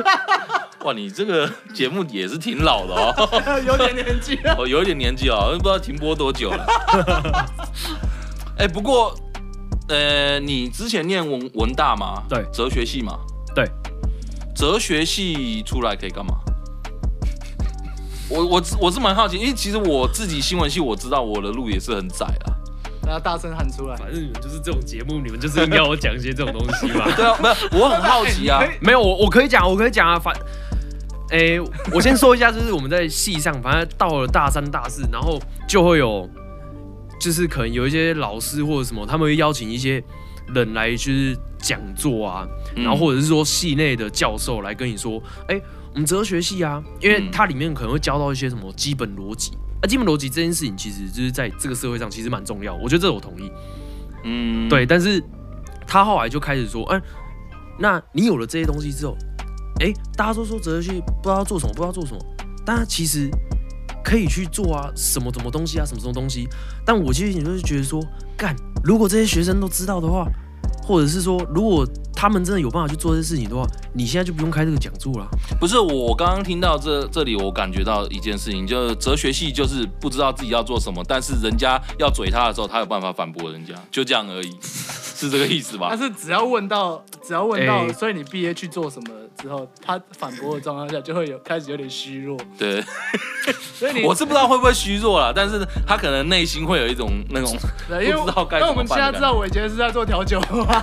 Speaker 1: 哇，你这个节目也是挺老的哦，
Speaker 2: 有点年纪了。
Speaker 1: 哦，有一点年纪哦，不知道停播多久了。哎，不过，呃，你之前念文文大嘛，
Speaker 3: 对
Speaker 1: 哲学系嘛，
Speaker 3: 对，
Speaker 1: 哲学系出来可以干嘛？我我我是蛮好奇，因为其实我自己新闻系我知道我的路也是很窄啊啦。
Speaker 2: 然后大声喊出来，
Speaker 3: 反正你们就是这种节目，你们就是应该我讲一些这种东西
Speaker 1: (laughs)
Speaker 3: 嘛。
Speaker 1: 对啊，没有，我很好奇啊
Speaker 2: 哎。你可以
Speaker 3: 没有，我我可以讲，我可以讲啊，反，诶、我先说一下，就是我们在戏上，反正到了大三、大四，然后就会有，就是可能有一些老师或者什么，他们会邀请一些人来就是讲座啊，
Speaker 1: 嗯
Speaker 3: 然后或者是说系内的教授来跟你说，哎、我们哲学系啊，因为
Speaker 1: 嗯
Speaker 3: 它里面可能会教到一些什么基本逻辑。啊，基本逻辑这件事情，其实就是在这个社会上其实蛮重要，我觉得这我同意。
Speaker 1: 嗯，
Speaker 3: 对，，但是他后来就开始说，哎、那你有了这些东西之后，哎、大家都说哲学系不知道要做什么，不知道做什么，但他其实可以去做啊，什么什么东西啊，什么什么东西。但我其实你就是觉得说，干，如果这些学生都知道的话，或者是说，如果他们真的有办法去做这些事情的话，你现在就不用开这个讲座了。
Speaker 1: 不是我刚刚听到这这里，我感觉到一件事情，就是哲学系就是不知道自己要做什么，但是人家要嘴他的时候，他有办法反驳人家，就这样而已， (laughs) 是这个意思吧
Speaker 2: (laughs) 但？是只要问到，只要问到，
Speaker 3: 哎
Speaker 2: 所以你毕业去做什么之后，他反驳的状况下就会有开始有点虚弱，
Speaker 1: 对，
Speaker 2: 所以你
Speaker 1: 我是不知道会不会虚弱啦，但是他可能内心会有一种那
Speaker 2: (laughs)
Speaker 1: 种，
Speaker 2: 对因为
Speaker 1: 不知道该
Speaker 2: 那
Speaker 1: 怎
Speaker 2: 我
Speaker 1: 么
Speaker 2: 们
Speaker 1: 办的感
Speaker 2: 现在
Speaker 1: 觉
Speaker 2: 知道伟杰是在做调酒 (laughs) 吗？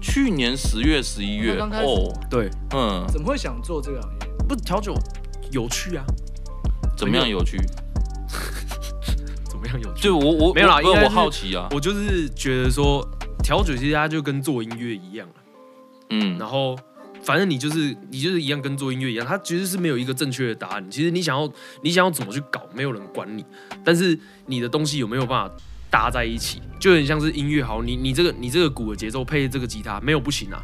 Speaker 1: 去年十月、十一月
Speaker 2: 刚开始
Speaker 1: 哦，
Speaker 3: 对，
Speaker 1: 嗯，
Speaker 2: 怎么会想做这个行业？
Speaker 3: 不调酒有趣啊，
Speaker 1: 怎么样有趣？
Speaker 3: 怎么样有趣？ (laughs)
Speaker 1: 就我我
Speaker 3: 没有啦
Speaker 1: 我
Speaker 3: 应该是
Speaker 1: 我好奇啊，
Speaker 3: 我就是觉得说调酒其实它就跟做音乐一样啊
Speaker 1: 嗯
Speaker 3: 然后反正你就是你就是一样跟做音乐一样，它其实是没有一个正确的答案。其实你想要你想要怎么去搞，没有人管你，但是你的东西有没有办法搭在一起，就很像是音乐好，你你这个你这个鼓的节奏配这个吉他没有不行啊，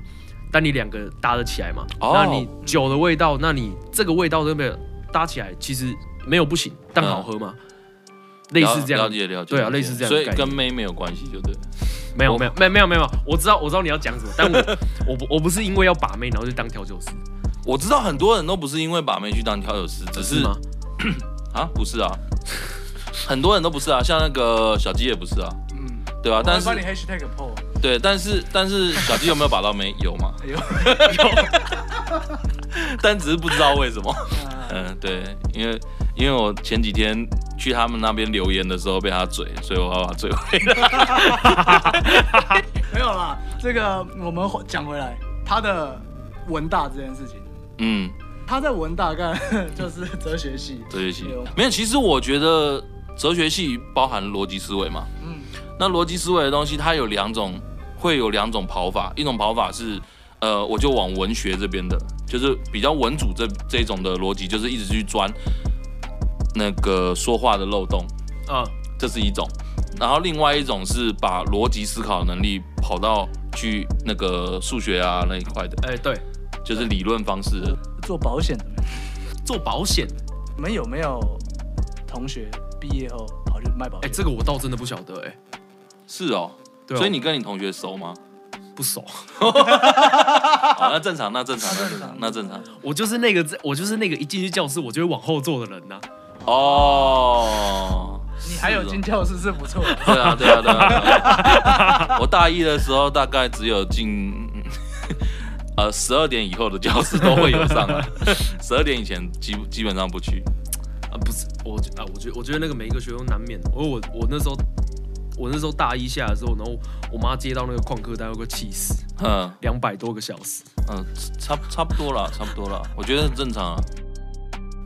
Speaker 3: 但你两个搭得起来嘛？
Speaker 1: 哦
Speaker 3: 那你酒的味道，那你这个味道都没有搭起来，其实没有不行，但好喝吗？类似这
Speaker 1: 了
Speaker 3: 样
Speaker 1: 嗯了，解了解，
Speaker 3: 对啊
Speaker 1: 了解
Speaker 3: 类似这样的
Speaker 1: 所以
Speaker 3: 概念
Speaker 1: 跟妹没有关系，就对了。
Speaker 3: 没有
Speaker 1: 我
Speaker 3: 没有没有没有没有，我知道我知道你要讲什么，但我 (laughs) 我不我不是因为要把妹然后就当调酒师，
Speaker 1: 我知道很多人都不是因为把妹去当调酒师，只是
Speaker 3: 吗？
Speaker 1: 啊，不是啊， (laughs) 很多人都不是啊，像那个小鸡也不是啊，
Speaker 2: 嗯，
Speaker 1: 对吧、但
Speaker 2: 我帮你
Speaker 1: 是
Speaker 2: hashtag
Speaker 1: (laughs)
Speaker 2: poll，
Speaker 1: 对，但是但是小鸡有没有把到妹？有
Speaker 2: (laughs)
Speaker 1: 嘛？
Speaker 2: 哎呦，
Speaker 1: (laughs) 但只是不知道为什么。
Speaker 2: 啊
Speaker 1: 嗯，对，因为因为我前几天去他们那边留言的时候被他嘴，所以我要把他嘴回来。
Speaker 2: 没有啦，这个我们讲回来，他的文大这件事情，
Speaker 1: 嗯，
Speaker 2: 他在文大干就是哲学系，
Speaker 1: 哲学系
Speaker 2: 对哦
Speaker 1: 没有，其实我觉得哲学系包含逻辑思维嘛。
Speaker 2: 嗯
Speaker 1: 那逻辑思维的东西，它有两种，会有两种跑法。一种跑法是，呃，我就往文学这边的，就是比较文主这这种的逻辑，就是一直去钻那个说话的漏洞，
Speaker 3: 啊，
Speaker 1: 这是一种。然后另外一种是把逻辑思考能力跑到去那个数学啊那一块的，
Speaker 3: 哎、对，
Speaker 1: 就是理论方式的。
Speaker 2: 做保险的，
Speaker 3: 做保险，
Speaker 2: 你们有没有同学毕业后跑去卖保
Speaker 3: 哎、
Speaker 2: 险？
Speaker 3: 这个我倒真的不晓得、哎，
Speaker 1: 是哦，
Speaker 3: 对啊
Speaker 1: 所以你跟你同学熟
Speaker 2: (laughs)
Speaker 1: 吗？
Speaker 3: 不熟，
Speaker 1: 好，那正常，那正常，那正常，那正常。
Speaker 3: (laughs) 我就是那个我就是那个一进去教室我就会往后坐的人呐、啊
Speaker 1: 哦，
Speaker 2: 你还有
Speaker 1: 是哦
Speaker 2: 进教室是不错的，
Speaker 1: 对啊，对啊，对啊。我大一的时候大概只有进， (laughs) 呃，十二点以后的教室都会有上来，十二点以前基基本上不去。
Speaker 3: 啊，不是，我觉啊，我觉我觉得那个每一个学生难免，我我我那时候我那时候大一下的时候，然后我妈接到那个旷课单，我快气死，
Speaker 1: 嗯
Speaker 3: 两百多个小时，
Speaker 1: 嗯，差差不多了，差不多了，我觉得很正常啊。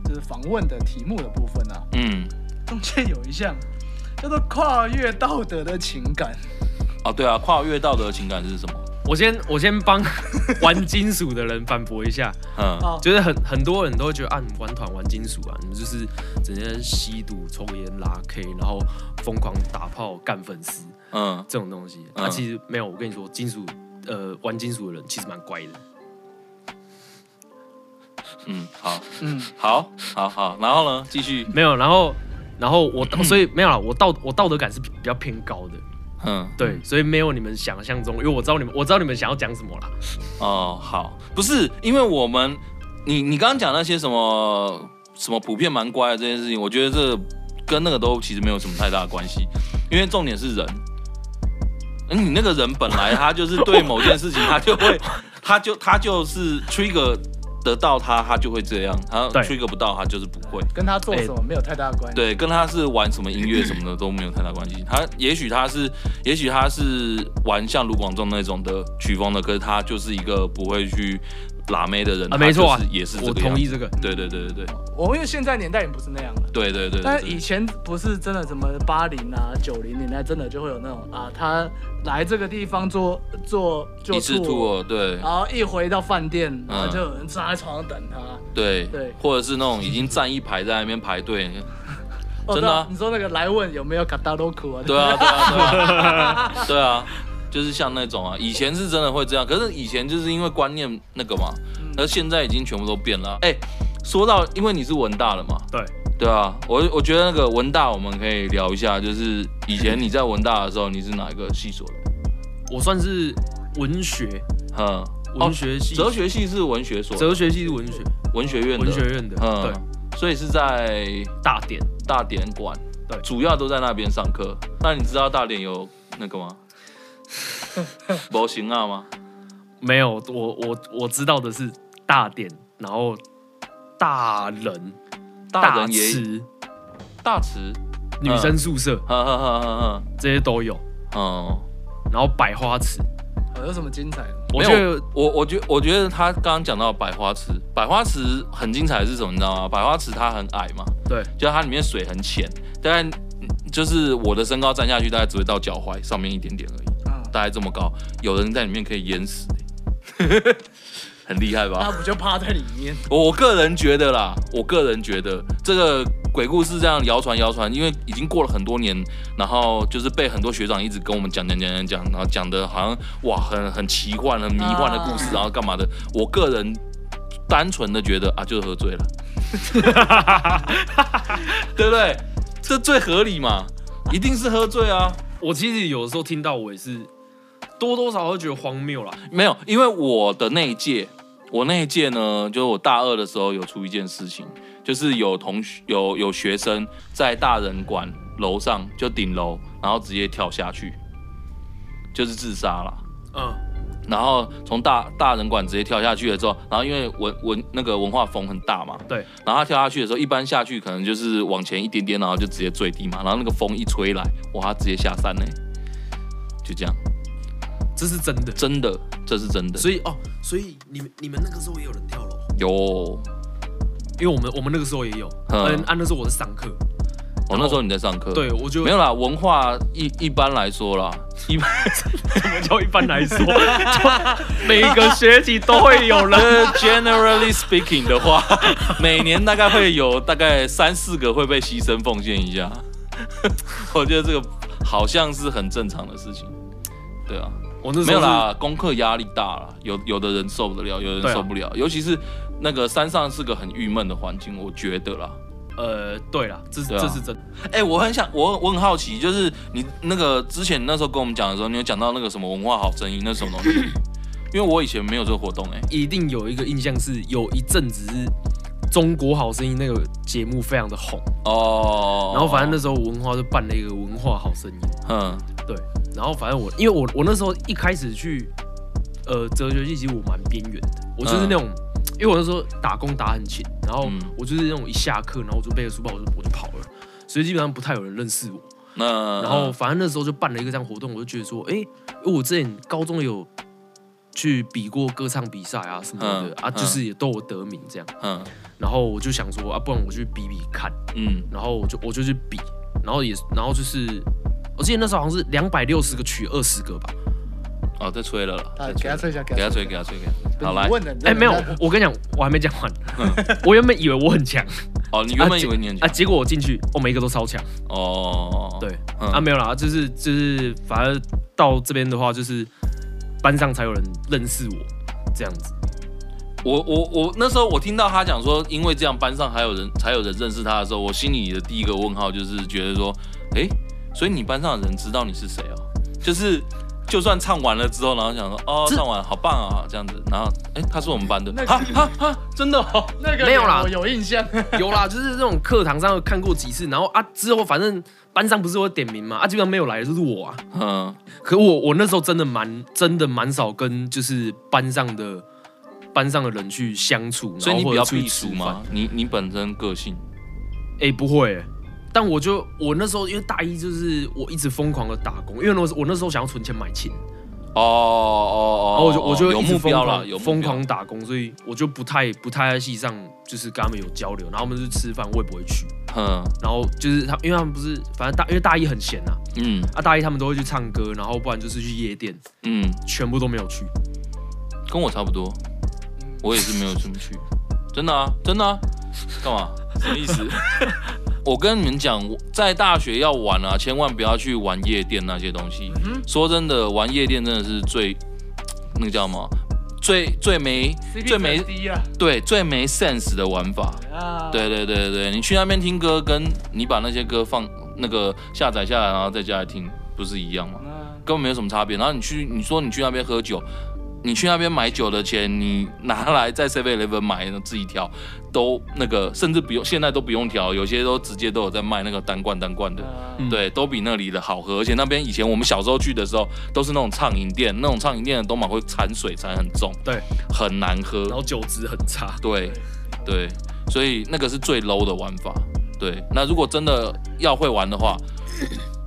Speaker 2: 就是访问的题目的部分啊，
Speaker 1: 嗯，
Speaker 2: 中间有一项叫做跨越道德的情感，
Speaker 1: 哦，对啊，跨越道德的情感是什么？
Speaker 3: 我先我先帮
Speaker 1: (laughs)
Speaker 3: 玩金属的人反驳一下，
Speaker 1: 嗯，
Speaker 2: 啊，
Speaker 3: 就是很很多人都会觉得啊，你们玩团玩金属啊，你们就是整天吸毒、抽烟、拉 K，然后疯狂打炮、干粉丝
Speaker 1: 嗯，
Speaker 3: 这种东西。
Speaker 1: 嗯
Speaker 3: 啊，其实没有，我跟你说，金属呃玩金属的人其实蛮乖的。
Speaker 1: 嗯，好，
Speaker 2: 嗯，
Speaker 1: 好，好，好，然后呢，继续，
Speaker 3: 没有，然后然后我
Speaker 1: (clears throat)
Speaker 3: 所以没有了，我道我道德感是比较偏高的，
Speaker 1: 嗯，
Speaker 3: 对，所以没有你们想象中，因为我知道你们我知道你们想要讲什么啦。
Speaker 1: 哦，好，不是，因为我们，你你刚刚讲那些什么什么普遍蛮乖的这件事情，我觉得这跟那个都其实没有什么太大的关系，因为重点是人。嗯，你那个人本来他就是对某件事情，他就会，他就他就是 trigger 得到他，他就会这样；他
Speaker 3: 对
Speaker 1: trigger 不到，他就是不会。
Speaker 2: 跟他做什么没有太大的关系，
Speaker 1: 对，跟他是玩什么音乐什么的都没有太大关系。他也许他是，也许他是玩像卢广仲那种的曲风的，可是他就是一个不会去拉妹的人。
Speaker 3: 啊，没错啊
Speaker 1: 他就是，也是这
Speaker 3: 我
Speaker 1: 个样
Speaker 3: 同
Speaker 1: 子
Speaker 3: 意。这个。
Speaker 1: 对对对对对
Speaker 2: 我们因为现在年代也不是那样了。
Speaker 1: 对对对
Speaker 2: 但
Speaker 1: 对
Speaker 2: 是以
Speaker 1: 对。
Speaker 2: 前不是真的什么八零啊九零年代，真的就会有那种啊，他来这个地方做做就
Speaker 1: 一嗯次吐
Speaker 2: 吐，
Speaker 1: 哦，对
Speaker 2: 然后一回到饭店，然后就有人站在床上等他。
Speaker 1: 对
Speaker 2: 对
Speaker 1: 或者是那种已经站一排在那边排队，
Speaker 2: 哦
Speaker 1: 真的啊
Speaker 2: 对啊你说那个来问有没有卡达洛苦啊？
Speaker 1: 对啊对啊对啊对啊，就是像那种啊，以前是真的会这样，可是以前就是因为观念那个嘛，而现在已经全部都变了啊。哎、说到因为你是文大的嘛，
Speaker 3: 对，
Speaker 1: 对啊，我我觉得那个文大我们可以聊一下，就是以前你在文大的时候，你是哪一个系所的？
Speaker 3: 我算是文学
Speaker 1: 嗯，
Speaker 3: 文学系，
Speaker 1: 哦、哲学系是文学所，
Speaker 3: 哲学系是文学
Speaker 1: 文学院的，
Speaker 3: 文学院的，
Speaker 1: 嗯
Speaker 3: 对，
Speaker 1: 所以是在
Speaker 3: 大典
Speaker 1: 大典馆，
Speaker 3: 对
Speaker 1: 主要都在那边上课。那你知道大典有那
Speaker 3: (laughs)
Speaker 1: 个吗？模型啊吗？
Speaker 3: 没有，我我我知道的是大典，然后大人
Speaker 1: 大人也嗯
Speaker 3: 池
Speaker 1: 大池，
Speaker 3: 女生宿舍
Speaker 1: 哈哈哈哈哈，
Speaker 3: 这些都有，
Speaker 1: 嗯。
Speaker 3: 然后百花池，
Speaker 2: 哦有什么精彩的？
Speaker 3: 我
Speaker 1: 没
Speaker 3: 觉
Speaker 1: 有
Speaker 3: 得
Speaker 1: 我我觉我觉得他刚刚讲到百花池，百花池很精彩是什么？你知道吗？百花池它很矮嘛，
Speaker 3: 对，
Speaker 1: 就它里面水很浅，大概嗯就是我的身高站下去大概只会到脚踝上面一点点而已，
Speaker 2: 嗯，
Speaker 1: 大概这么高。有人在里面可以淹死、 (laughs) 很厉害
Speaker 2: 他
Speaker 1: 吧？
Speaker 2: 不就趴在里
Speaker 1: (laughs)
Speaker 2: 面？
Speaker 1: 我我个人觉得啦，我个人觉得这个鬼故事这样谣传谣传，因为已经过了很多年，然后就是被很多学长一直跟我们讲讲讲讲讲，然后讲的好像哇很很奇幻、很迷幻的故事
Speaker 2: 啊，
Speaker 1: 然后干嘛的？我个人单纯的觉得啊，就是喝醉了，对不对？这最合理嘛，一定是喝醉啊。
Speaker 3: 我其实有时候听到我也是多多少少会觉得荒谬啦。
Speaker 1: 没有，因为我的那一届，我那一届呢，就是我大二的时候有出一件事情，就是有同学有有学生在大人馆楼上就顶楼，然后直接跳下去，就是自杀了。
Speaker 3: 嗯，
Speaker 1: 然后从大大人馆直接跳下去了之后，然后因为文文那个文化风很大嘛，
Speaker 3: 对，
Speaker 1: 然后他跳下去的时候，一般下去可能就是往前一点点，然后就直接坠地嘛，然后那个风一吹来，哇，他直接下山嘞、就这样，
Speaker 3: 这是真的。
Speaker 1: 真的，这是真的，
Speaker 3: 所以哦，所以你们你们那个时候也有人跳楼，
Speaker 1: 有，我、
Speaker 3: 因为我们我们那个时候也有，
Speaker 1: 嗯
Speaker 3: 嗯，啊那时候我在上课，
Speaker 1: 哦那时候你在上课，
Speaker 3: 对我就
Speaker 1: 没有啦，文化一一般来说啦，一般
Speaker 3: (laughs) 就一
Speaker 1: (laughs)
Speaker 3: 般来说，就每个学期都会有人。
Speaker 1: 呃 generally speaking 的话， (laughs) 每年大概会有大概三四个会被牺牲奉献一下， (laughs) 我觉得这个好像是很正常的事情，对啊，
Speaker 3: 我那
Speaker 1: (laughs)
Speaker 3: 时候是
Speaker 1: 没有，啦，功课压力大啦，有有的人受得了，有的人
Speaker 3: 对啊
Speaker 1: 受不了，尤其是那个山上是个很郁闷的环境，我觉得啦，
Speaker 3: 呃，对啦，这是
Speaker 1: 对啊
Speaker 3: 这是真的，
Speaker 1: 哎、我很想，我我很好奇，就是你那个之前那时候跟我们讲的时候，你有讲到那个什么文化好声音，那是什么东
Speaker 3: (coughs)
Speaker 1: 西？因为我以前没有这个活动、哎，
Speaker 3: 一定有一个印象是有一阵子是《中国好声音》那个节目非常的红，
Speaker 1: 哦，
Speaker 3: 然后反正那时候文化就办了一个文化好声音，
Speaker 1: 那，嗯，
Speaker 3: 对，然后反正我因为我我那时候一开始去呃哲学系，其实我蛮边缘的，我就是
Speaker 1: 嗯
Speaker 3: 那种。因为我那时候打工打很勤，然后
Speaker 1: 嗯
Speaker 3: 我就是那种一下课，然后我就背着书包我就我就跑了，所以基本上不太有人认识我。
Speaker 1: 那
Speaker 3: 然后反正那时候就办了一个这样活动，我就觉得说，哎、因为我之前高中有去比过歌唱比赛啊什么的、
Speaker 1: 嗯
Speaker 3: 啊，
Speaker 1: 嗯
Speaker 3: 就是也都有得名这样。
Speaker 1: 嗯
Speaker 3: 然后我就想说啊，不然我去比比看，
Speaker 1: 嗯
Speaker 3: 然后我就我就去比，然后也然后就是。我记得那时候好像是两百六十个取二十个吧，
Speaker 1: 哦，再吹了啦，
Speaker 2: 啊
Speaker 1: 再，
Speaker 2: 给他吹一下，
Speaker 1: 给他吹，给他吹，给他吹，好来
Speaker 2: 你，问了，你
Speaker 3: 哎、
Speaker 2: 问
Speaker 3: 没有
Speaker 2: 人家，
Speaker 3: 我跟你讲，我还没讲完。我原本以为我很强
Speaker 1: 哦，你原本以为你很
Speaker 3: 啊，
Speaker 1: 强，
Speaker 3: 结果我进去，我每一个都超强。
Speaker 1: 哦，
Speaker 3: 对，
Speaker 1: 嗯
Speaker 3: 啊，没有啦，就是就是，反正到这边的话，就是班上才有人认识我这样子。
Speaker 1: 我我我那时候我听到他讲说，因为这样班上还有人才有人认识他的时候，我心里的第一个问号就是觉得说，诶，所以你班上的人知道你是谁哦，就是就算唱完了之后，然后想说哦
Speaker 3: 这
Speaker 1: 唱完好棒啊这样子，然后诶，他是我们班的
Speaker 2: 那，个
Speaker 1: 哈哈哈，真的哦，
Speaker 2: 那个
Speaker 3: 没有啦
Speaker 2: 我有
Speaker 1: (laughs)
Speaker 2: 印象，
Speaker 3: 有啦，就是那种课堂上看过几次，然后啊之后反正班上不是会点名嘛，啊基本上没有来的就是我啊。
Speaker 1: 嗯
Speaker 3: 可我我那时候真的蛮真的蛮少跟就是班上的班上的人去相处，
Speaker 1: 所以你
Speaker 3: 然
Speaker 1: 比
Speaker 3: 后或
Speaker 1: 较
Speaker 3: 者出
Speaker 1: 避
Speaker 3: 去吃
Speaker 1: 俗
Speaker 3: 饭
Speaker 1: 嘛？，你你本身个性，
Speaker 3: 哎、不会欸、但我就我那时候因为大一就是我一直疯狂的打工，因为我我那时候想要存钱买琴。
Speaker 1: 哦哦哦
Speaker 3: 然
Speaker 1: 哦，
Speaker 3: 后我就我就
Speaker 1: 有
Speaker 3: 一直
Speaker 1: 目
Speaker 3: 疯
Speaker 1: 标
Speaker 3: 狂
Speaker 1: 了，有目
Speaker 3: 疯
Speaker 1: 标
Speaker 3: 狂打工，所以我就不太不太在系上，就是跟他们有交流。然后我们就吃饭，我也不会去。
Speaker 1: 嗯
Speaker 3: 然后就是他，因为他们不是，反正大因为大一很闲呐、
Speaker 1: 嗯
Speaker 3: 啊，大一他们都会去唱歌，然后不然就是去夜店，
Speaker 1: 嗯，
Speaker 3: 全部都没有去。
Speaker 1: 跟我差不多，我也是没有什么去，真的啊，真的啊，干嘛？什么意思？我跟你们讲，我在大学要玩啊，千万不要去玩夜店那些东西。说真的，玩夜店真的是最那个叫什么？最最没最没
Speaker 2: 低啊，
Speaker 1: 对最没 sense 的玩法。
Speaker 2: 啊，
Speaker 1: 对对对对，你去那边听歌，跟你把那些歌放那个下载下来，然后在家里听，不是一样吗？
Speaker 2: 嗯，
Speaker 1: 根本没有什么差别。然后你去，你说你去那边喝酒，你去那边买酒的钱，你拿来在 Seven Eleven 买，自己调，都那个甚至不用，现在都不用调，有些都直接都有在卖那个单罐单罐的。
Speaker 2: 嗯
Speaker 3: 嗯
Speaker 1: 对，都比那里的好喝，而且那边以前我们小时候去的时候，都是那种畅饮店，那种畅饮店的都蛮会掺水，掺很重，
Speaker 3: 对，
Speaker 1: 很难喝，
Speaker 3: 然后酒质很差。
Speaker 1: 对，对，所以那个是最 low 的玩法。对，那如果真的要会玩的话，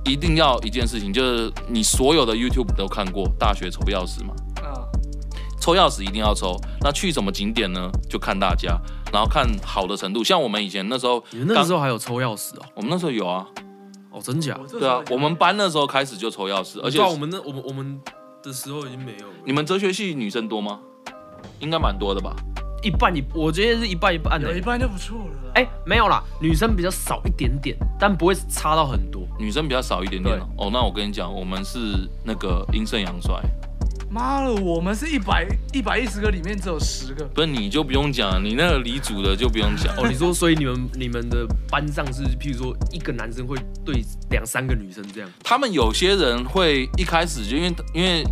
Speaker 1: 一定要一件事情，就是你所有的 YouTube 都看过，大学抽钥匙嘛，
Speaker 2: 啊，
Speaker 1: 抽钥匙一定要抽。那去什么景点呢？就看大家，然后看好的程度。像我们以前那时候，
Speaker 3: 你们那个时候还有抽钥匙哦？
Speaker 1: 我们那时候有啊，
Speaker 3: 哦，真假？
Speaker 1: 对啊，我们班那时候开始就抽钥匙，而且
Speaker 3: 我不知道我们那我们我们的时候已经没有了。
Speaker 1: 你们哲学系女生多吗？应该蛮多的吧？
Speaker 3: 一半一，我觉得是一半一半的、
Speaker 2: 有一半就不错了，
Speaker 3: 哎、，没有啦，女生比较少一点点，但不会差到很多。
Speaker 1: 女生比较少一点点哦。哦那我跟你讲，我们是那个阴盛阳衰。
Speaker 2: 妈了，我们是一百一百一十个里面只有十个，
Speaker 1: 不是你就不用讲，你那个离组的就不用
Speaker 3: (laughs)
Speaker 1: 讲。
Speaker 3: 哦，
Speaker 1: (laughs)
Speaker 3: 你说，所以你们你们的班上是，譬如说一个男生会对两三个女生这样，
Speaker 1: 他们有些人会一开始就因为因为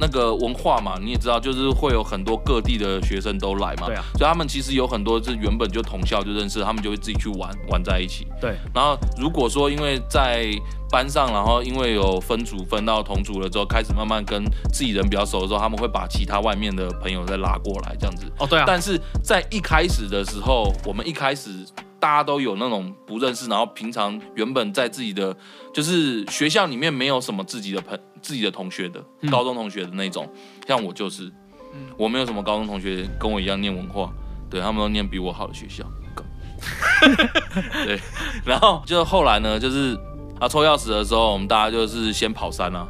Speaker 1: 那个文化嘛，你也知道，就是会有很多各地的学生都来嘛，
Speaker 3: 对啊
Speaker 1: 所以他们其实有很多是原本就同校就认识，他们就会自己去玩玩在一起。
Speaker 3: 对，
Speaker 1: 然后如果说因为在班上，然后因为有分组分到同组了之后，开始慢慢跟自己人比较熟的时候，他们会把其他外面的朋友再拉过来这样子。
Speaker 3: 哦对啊，
Speaker 1: 但是在一开始的时候，我们一开始大家都有那种不认识，然后平常原本在自己的就是学校里面没有什么自己的朋自己的同学的、
Speaker 3: 嗯
Speaker 1: 高中同学的那种，像我就是，我没有什么高中同学跟我一样念文化，对他们都念比我好的学校。
Speaker 3: (laughs)
Speaker 1: 干对，然后就后来呢，就是啊抽钥匙的时候，我们大家就是先跑山啊，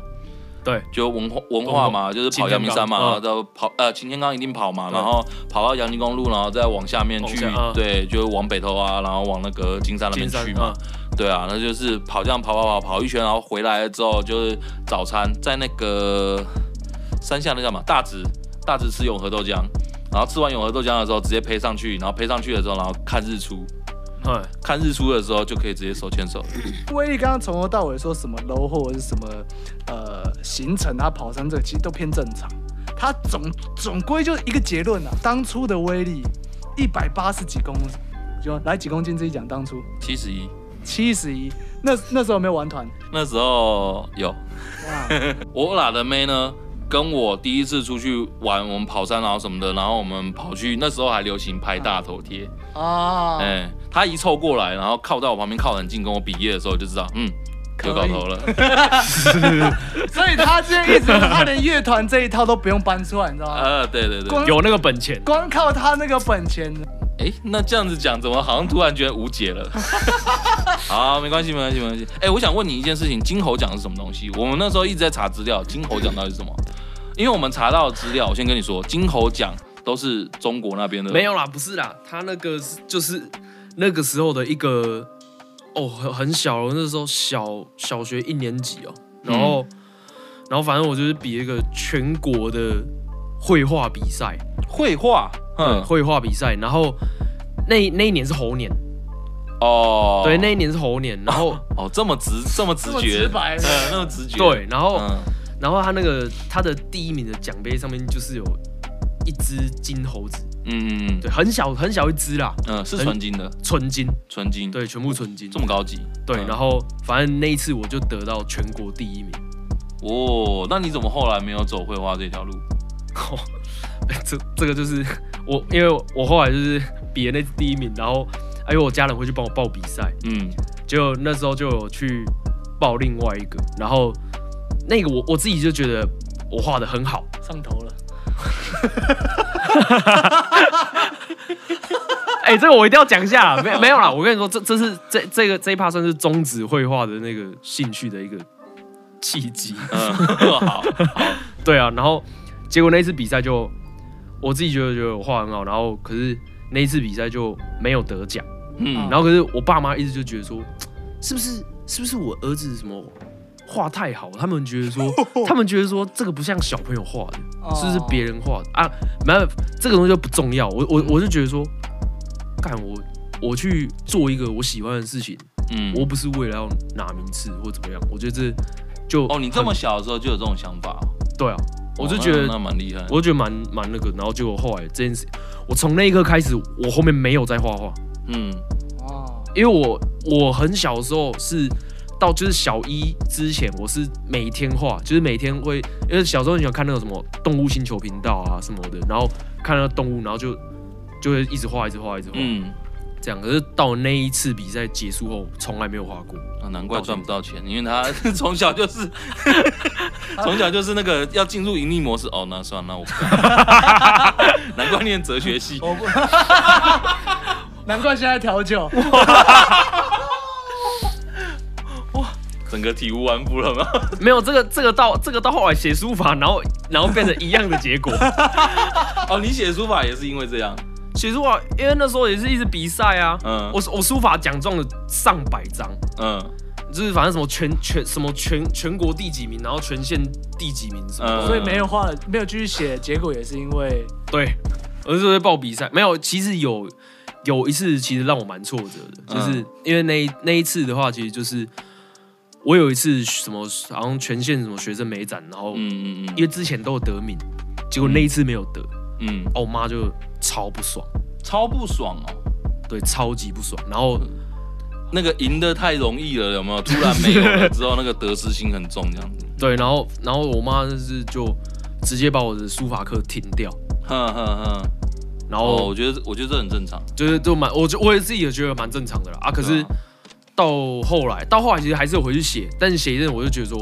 Speaker 3: 对，
Speaker 1: 就文化文化嘛，就是跑阳明山嘛，
Speaker 3: 哦
Speaker 1: 然
Speaker 3: 擎天岗嗯
Speaker 1: 后再跑呃擎天岗一定跑嘛，
Speaker 3: 对
Speaker 1: 然后跑到阳明公路，然后再往下面去
Speaker 3: 往下嗯，
Speaker 1: 对，就往北头啊，然后往那个金山那边
Speaker 3: 金山嗯
Speaker 1: 去嘛，对啊，那就是跑这样跑跑跑跑一圈，然后回来了之后就是早餐在那个山下那叫什么大直大直吃永和豆浆，然后吃完永和豆浆的时候直接配上去，然后配上去的时候，然后看日出，
Speaker 3: 嗯，
Speaker 1: 看日出的时候就可以直接手牵手，
Speaker 2: 威力刚刚从头到尾说什么 low 或者是什么呃行程啊跑山这个，其实都偏正常。他总总归就是一个结论啊，当初的威力一百八十几公，就来几公斤自己讲，当初
Speaker 1: 七十一，
Speaker 2: 七十一，那那时候有没有玩团，
Speaker 1: 那时候有。
Speaker 2: 哇，
Speaker 1: (laughs) 我拉的妹呢，跟我第一次出去玩，我们跑山然后什么的，然后我们跑去那时候还流行拍大头贴，
Speaker 2: 啊，
Speaker 1: 哎、她一凑过来，然后靠到我旁边靠很近，跟我比耶的时候，我就知道，嗯，
Speaker 2: 可以
Speaker 1: 有搞头 (laughs) 了。
Speaker 2: 所以他今天一直他连乐团这一套都不用搬出来，你知道吗？
Speaker 1: 呃，对对对，
Speaker 2: 光
Speaker 3: 嗯有那个本钱，
Speaker 2: 光靠他那个本钱，
Speaker 1: 哎、那这样子讲，怎么好像突然觉得无解
Speaker 3: (laughs)
Speaker 1: 了？好，没关系，没关系，没关系。哎、我想问你一件事情，金猴奖是什么东西？我们那时候一直在查资料，金猴奖到底是什么？因为我们查到的资料，我先跟你说，金猴奖都是中国那边的，
Speaker 3: (laughs) 没有啦，不是啦，他那个是就是那个时候的一个哦，很很小哦，那时候小小学一年级哦，然后、
Speaker 1: 嗯
Speaker 3: 然后反正我就是比一个全国的绘画比赛，
Speaker 1: 绘画，
Speaker 3: 对，
Speaker 1: 嗯，
Speaker 3: 绘画比赛，然后那那一年是猴年，
Speaker 1: 哦，
Speaker 3: 对，那一年是猴年，
Speaker 1: (laughs)
Speaker 3: 然后、
Speaker 1: 哦，这么直，这么直
Speaker 2: 这么
Speaker 1: 觉，
Speaker 2: 直白
Speaker 1: 嗯，那么直觉，
Speaker 3: 对，然后、
Speaker 1: 嗯，
Speaker 3: 然后他那个他的第一名的奖杯上面就是有一只金猴子，
Speaker 1: 嗯嗯，
Speaker 3: 对，很小很小一只啦，
Speaker 1: 嗯，是纯金的，
Speaker 3: 纯金，
Speaker 1: 纯金，，
Speaker 3: 对，全部纯金
Speaker 1: 这。么高级，
Speaker 3: 对，
Speaker 1: 嗯
Speaker 3: 然后反正那一次我就得到全国第一名， (laughs)
Speaker 1: 哦，那你怎么后来没有走绘画这条路？
Speaker 3: 这这个就是 (laughs) 我，因为我后来就是比了那次第一名，然后哎呦，我家人会去帮我报比赛，
Speaker 1: 嗯，
Speaker 3: 就那时候就有去报另外一个，然后那个我我自己就觉得我画的很好，
Speaker 2: 上头了。
Speaker 3: (laughs) 哎、这个我一定要讲一 (laughs) 下，没没有啦，我跟你说，这这是这这个这一趴算是终止绘画的那个兴趣的一个契机， (laughs)
Speaker 1: 嗯， (laughs) 好，
Speaker 3: 对啊，然后结果那一次比赛就我自己觉得觉得我画得很好，然后可是那一次比赛就没有得奖，
Speaker 1: 嗯，
Speaker 3: 然后可是我爸妈一直就觉得说，是不是是不是我儿子什么画太好，他们觉
Speaker 1: (laughs)
Speaker 3: 得说他们觉得说这个不像小朋友画的，
Speaker 2: 哦
Speaker 3: 是不是别人画的啊？没有，这个东西就不重要，我我我就觉得说，干我。我去做一个我喜欢的事情，
Speaker 1: 嗯，
Speaker 3: 我又不是为了要拿名次或怎么样，我觉得这就
Speaker 1: 哦，你这
Speaker 3: 很
Speaker 1: 么小的时候就有这种想法哦，
Speaker 3: 对啊，我就
Speaker 1: 哦
Speaker 3: 觉得
Speaker 1: 那那蛮厉害，
Speaker 3: 我就觉得蛮蛮那个，然后结果后来这件事，我从那一刻开始，我后面没有再画画，
Speaker 1: 嗯，
Speaker 2: 哦，
Speaker 3: 因为我我很小的时候是到就是小一之前，我是每天画，就是每天会，因为小时候很喜欢看那个什么动物星球频道啊什么的，然后看那个动物，然后就就会一直画，一直画，一直画，
Speaker 1: 嗯，
Speaker 3: 这样。可是到那一次比赛结束后，从来没有画过。
Speaker 1: 啊难怪赚不到钱，因为他 (laughs) 从小就是，从小就是那个要进入盈利模式。哦，那算了，那我不干 (laughs) 难怪念哲学系。
Speaker 2: 我不，难怪现在
Speaker 1: (laughs)
Speaker 2: 调酒。
Speaker 1: 嗯整个体无完肤了吗？
Speaker 3: 没有这个这个到这个到后来写书法，然后然后变成一样的结果。 (laughs)
Speaker 1: 哦，你写书法也是因为这样，
Speaker 3: 写书法，因为那时候也是一直比赛啊，
Speaker 1: 嗯
Speaker 3: 我我书法奖状了上百张，
Speaker 1: 嗯
Speaker 3: 就是反正什么全全什么全全国第几名，然后全县第几名什么的，
Speaker 1: 嗯，
Speaker 2: 所以没有画，没有继续写，结果也是因为
Speaker 3: 对，我就是会报比赛，没有，其实有
Speaker 1: 嗯
Speaker 3: 有一次其实让我蛮挫折的，就是因为那一那一次的话，其实就是我有一次什么好像全县什么学生美展，然后
Speaker 1: 嗯嗯
Speaker 3: 因为之前都有得名，结果那一次没有得，
Speaker 1: 嗯嗯，
Speaker 3: 哦我妈就超不爽，
Speaker 1: 超不爽哦。
Speaker 3: 对，超级不爽。然
Speaker 1: 嗯
Speaker 3: 后
Speaker 1: 那个赢得太容易了，有没有？突然没有了之后，那个得失心很重，这样子。
Speaker 3: 对，然后然后我妈就是就直接把我的书法课停掉，
Speaker 1: 哼哼哼。
Speaker 3: 然
Speaker 1: 哦，
Speaker 3: 后
Speaker 1: 我觉得这我觉得这很正常。
Speaker 3: 就是就蛮，我就我也自己也觉得蛮正常的啦啊。可是到后来，到后来其实还是有回去写，但是写一阵我就觉得说，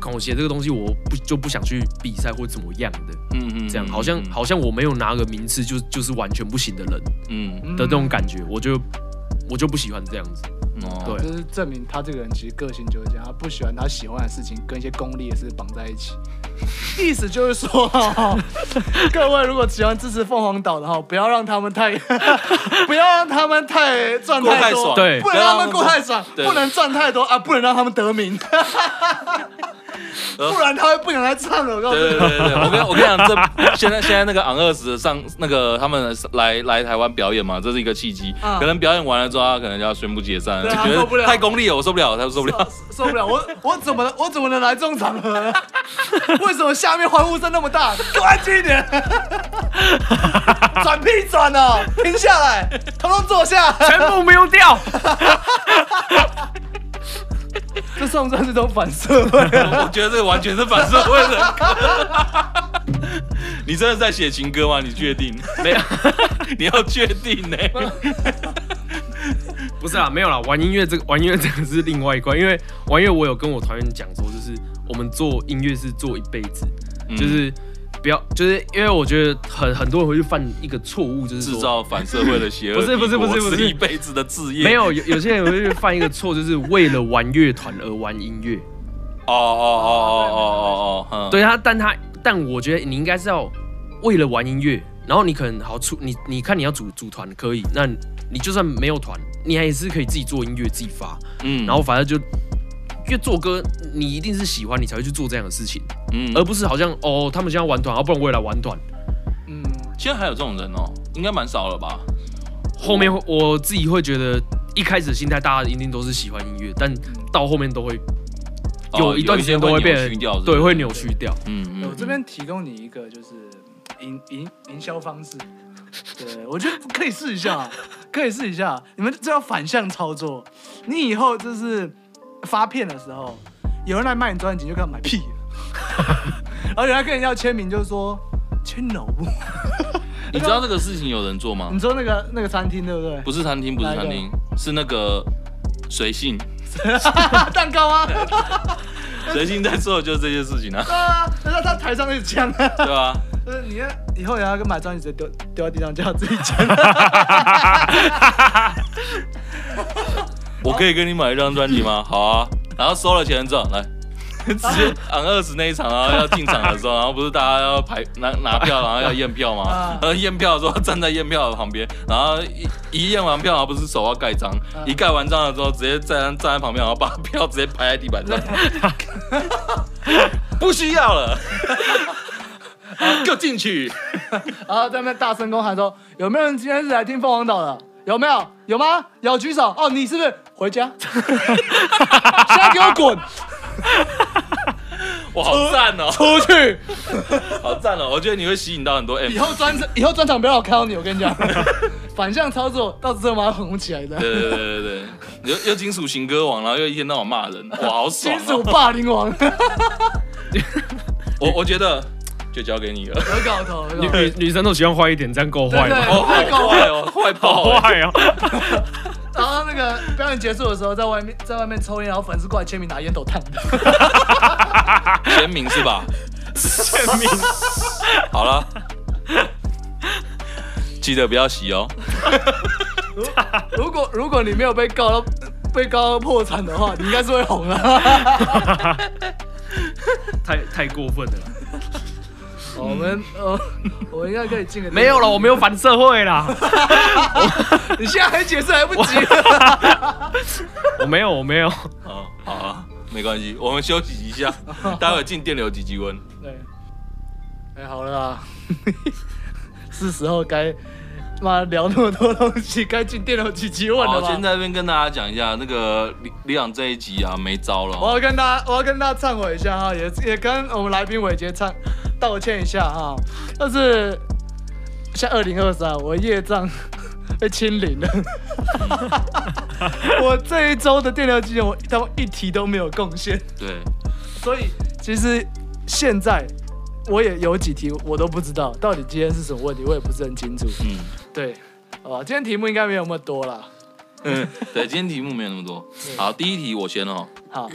Speaker 3: 看我写这个东西，我不就不想去比赛或怎么样的，
Speaker 1: 嗯嗯，
Speaker 3: 这样好像好像我没有拿个名次就就是完全不行的人的
Speaker 1: 嗯，嗯
Speaker 3: 那种感觉，我就我就不喜欢这样子。
Speaker 1: 哦
Speaker 3: 对
Speaker 2: 就是证明他这个人其实个性就是这样，他不喜欢他喜欢的事情跟一些功利的事绑在一起。 (laughs) 意思就是说， (laughs) 各位如果喜欢支持凤凰岛的哈，不要让他们太， (laughs) 不要让他们太赚
Speaker 1: 过太
Speaker 2: 多，
Speaker 1: 爽
Speaker 3: 对
Speaker 2: 不能让他们过太爽，
Speaker 1: 对
Speaker 2: 不能赚太多啊，不能让他们得名， (laughs) 不然他会不想来唱了。我告诉
Speaker 1: 对
Speaker 2: 你
Speaker 1: 对，对对，我跟我跟你讲，这现在现在那个昂二十上那个他们来来台湾表演嘛，这是一个契机。
Speaker 2: 嗯
Speaker 1: 可能表演完了之后，他可能就要宣布解散了，
Speaker 2: 对啊
Speaker 1: 觉
Speaker 2: 受不
Speaker 1: 得
Speaker 2: 了
Speaker 1: 太功利了，我受不了，他受不了。 (laughs)
Speaker 2: 受不了，我我怎么我怎么能来这种场合呢？ (laughs) 为什么下面欢呼声那么大？给我安静一点！ (laughs) 转屁转哦，停下来，统统坐下。 (laughs)
Speaker 3: 全部瞄掉，
Speaker 2: 这算不算是种反社会？ (laughs)
Speaker 1: 我觉得这个完全是反社会人格。 (laughs) 你真的在写情歌吗？你确定？
Speaker 3: (laughs) 没有，
Speaker 1: (laughs) 你要确定呢、
Speaker 3: 不是啦，啊没有啦，玩音乐这个玩音乐这个是另外一块，因为玩音乐我有跟我团员讲说，就是我们做音乐是做一辈子，
Speaker 1: 嗯
Speaker 3: 就是不要，就是因为我觉得很很多人会去犯一个错误，就是
Speaker 1: 制
Speaker 3: 说
Speaker 1: 造反社会的邪恶
Speaker 3: 不是不是
Speaker 1: 帝国
Speaker 3: 不是不是
Speaker 1: 一辈子的志业。
Speaker 3: 没有有有些人会去犯一个错，就是为了玩乐团而玩音乐，
Speaker 1: 哦哦哦哦哦哦哦，嗯，
Speaker 3: 对他，但他但我觉得你应该是要为了玩音乐，然后你可能好出你你看你要组组团可以，那你就算没有团，你还是可以自己做音乐自己发，
Speaker 1: 嗯
Speaker 3: 然后反正就因为做歌你一定是喜欢你才会去做这样的事情，
Speaker 1: 嗯
Speaker 3: 而不是好像哦他们现在玩团，啊不然我也来玩团。
Speaker 2: 嗯，
Speaker 1: 现在还有这种人哦，应该蛮少了吧？
Speaker 3: 后面会我自己会觉得一开始的心态大家一定都是喜欢音乐，但到后面都会
Speaker 1: 哦
Speaker 3: 有一段时间都会变
Speaker 1: 有一些扭曲掉是不是
Speaker 3: 对会扭曲掉。
Speaker 1: 嗯嗯，
Speaker 2: 我这边提供你一个就是营营营销方式， (laughs) 对我觉得可以试一下，可以试一下。你们这要反向操作，你以后就是发片的时候，有人来卖你专辑，你就跟他
Speaker 1: (laughs)
Speaker 2: 买屁，而且他跟人要签名，就是说签脑部。
Speaker 1: 你知道这个事情有人做吗
Speaker 2: 你？说那个那个餐厅对不对？
Speaker 1: 不是餐厅，不是餐厅，是那个随性，
Speaker 2: (laughs) 蛋糕啊，，
Speaker 1: (laughs) 随性在做的就是这些事情啊
Speaker 2: 啊，那他台上一直讲啊。
Speaker 1: 对吧？
Speaker 2: 就是你以后也要跟买专辑直接丢丢在地上，叫他自己捡。
Speaker 1: 我可以跟你买一张专辑
Speaker 2: (laughs)
Speaker 1: 吗？好啊，然后收了钱之后来。直接昂二十那一场
Speaker 2: (laughs)
Speaker 1: 啊，要进场的时候，然后不是大家要排拿拿票，然后要验票吗
Speaker 2: 啊？
Speaker 1: 然后验票的时候站在验票的旁边，然后一一验完票，然后不是手要盖章，
Speaker 2: 啊
Speaker 1: 一盖完章了之后，直接站站在旁边，然后把票直接拍在地板
Speaker 2: (laughs)
Speaker 1: 上，不需要了，
Speaker 2: 啊
Speaker 1: 给我进去。
Speaker 2: 然后在那边大声公喊说：“有没有人今天是来听凤凰岛的？有没有？有吗？有举手。哦，你是不是回 (laughs) 家？现在给我滚
Speaker 1: 哇，好赞哦，
Speaker 2: 出去！
Speaker 1: (laughs) 好赞哦！我觉得你会吸引到
Speaker 2: (laughs)
Speaker 1: 很多 M
Speaker 2: 以。后专以后专场不要让我看到你，我跟你讲，反向操作到时候把它红起来的。
Speaker 1: 对对对对对，又又金属型歌王，然后又一天到晚骂
Speaker 2: (laughs)
Speaker 1: 人，哇，好爽、啊！
Speaker 2: 金属霸凌王，
Speaker 1: 我我觉得就交给
Speaker 2: (laughs)
Speaker 1: 你了。
Speaker 2: 有搞头，有搞
Speaker 3: 女
Speaker 2: 头。
Speaker 3: 女女生都喜欢坏一点，这样够坏
Speaker 2: 对
Speaker 3: 吗？
Speaker 1: 哦，好坏哦，坏爆、
Speaker 3: 好
Speaker 1: 欸！
Speaker 3: (laughs) 坏哦！
Speaker 2: 然后那个表演结束的时候，在外面在外面抽烟，然后粉丝过来签名拿烟斗烫的。
Speaker 1: 签名是吧？签名。好了，记得不要洗
Speaker 2: (laughs)
Speaker 1: 哦。
Speaker 2: 如果如果你没有被告到被告到破产的话，你应该是会红的。
Speaker 3: (laughs) 太太过分了啦，
Speaker 2: (laughs) 我们呃，我们应该可以进个
Speaker 3: 没有了，我没有反社会 (laughs) 啦，
Speaker 2: (laughs) 你现在还解释来不及。
Speaker 3: 我没有，我没有。
Speaker 1: 哦，好啊，没关系，我们休息一
Speaker 2: (laughs)
Speaker 1: 下，待会进电流几级温。
Speaker 2: (laughs) 对，哎、好了啊，是时候该妈聊那么多东西，该进电脑几集问
Speaker 1: 好，
Speaker 2: 了
Speaker 1: 先
Speaker 2: 吧？
Speaker 1: 在这边跟大家讲一下，那个李李昂这一集啊没招了哦，
Speaker 2: 我要跟大家，我要跟大家忏悔一下哈，也也跟我们来宾伟杰忏道歉一下哈。但是像二零二三，我业障 (laughs) 被清零了。 (laughs) 我这一周的电疗基金，我他妈一题都没有贡献。
Speaker 1: 对，
Speaker 2: 所以其实现在我也有几题我都不知道，到底今天是什么问题，我也不是很清楚。
Speaker 1: 嗯 (laughs)
Speaker 2: 对，哦，今天题目应该没有那么多啦。
Speaker 1: 嗯，对，今天题目没有那么多。好，第一题我先哦，
Speaker 2: 好，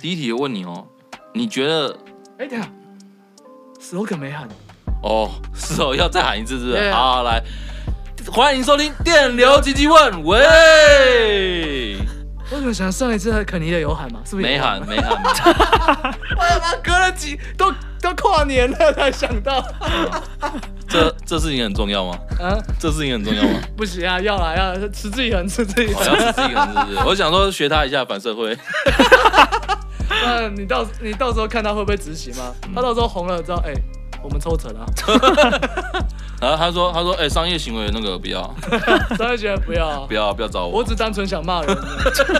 Speaker 1: 第一题问你哦，你觉得
Speaker 2: 哎、等一下，slogan 没喊，
Speaker 1: 哦是哦，要再喊一次是不
Speaker 2: 对
Speaker 1: 是？
Speaker 2: 啊
Speaker 1: 好，来，欢迎收听电流吉吉问，喂，
Speaker 2: 我怎么想上一次肯尼的有喊吗？是不是有
Speaker 1: 没喊？没喊，没喊
Speaker 2: 哎呀妈，隔了几都都跨年了才想到， (laughs)
Speaker 1: 这这事情很重要吗？
Speaker 2: 啊，
Speaker 1: 这事情很重要吗？
Speaker 2: 不行啊，要来啊，持之以恒，持之以
Speaker 1: 我
Speaker 2: 恒。
Speaker 1: 要自己一个人是不是？我想说学他一下反社会，
Speaker 2: 那你到你到时候看他会不会执行吗？他到时候红了之后，哎、我们抽成啊， (laughs)
Speaker 1: 然后他说他说哎、商业行为那个不要
Speaker 2: 商业学院不要、啊
Speaker 1: 不。要不要找我
Speaker 2: 我。只单纯想骂 (laughs) 人，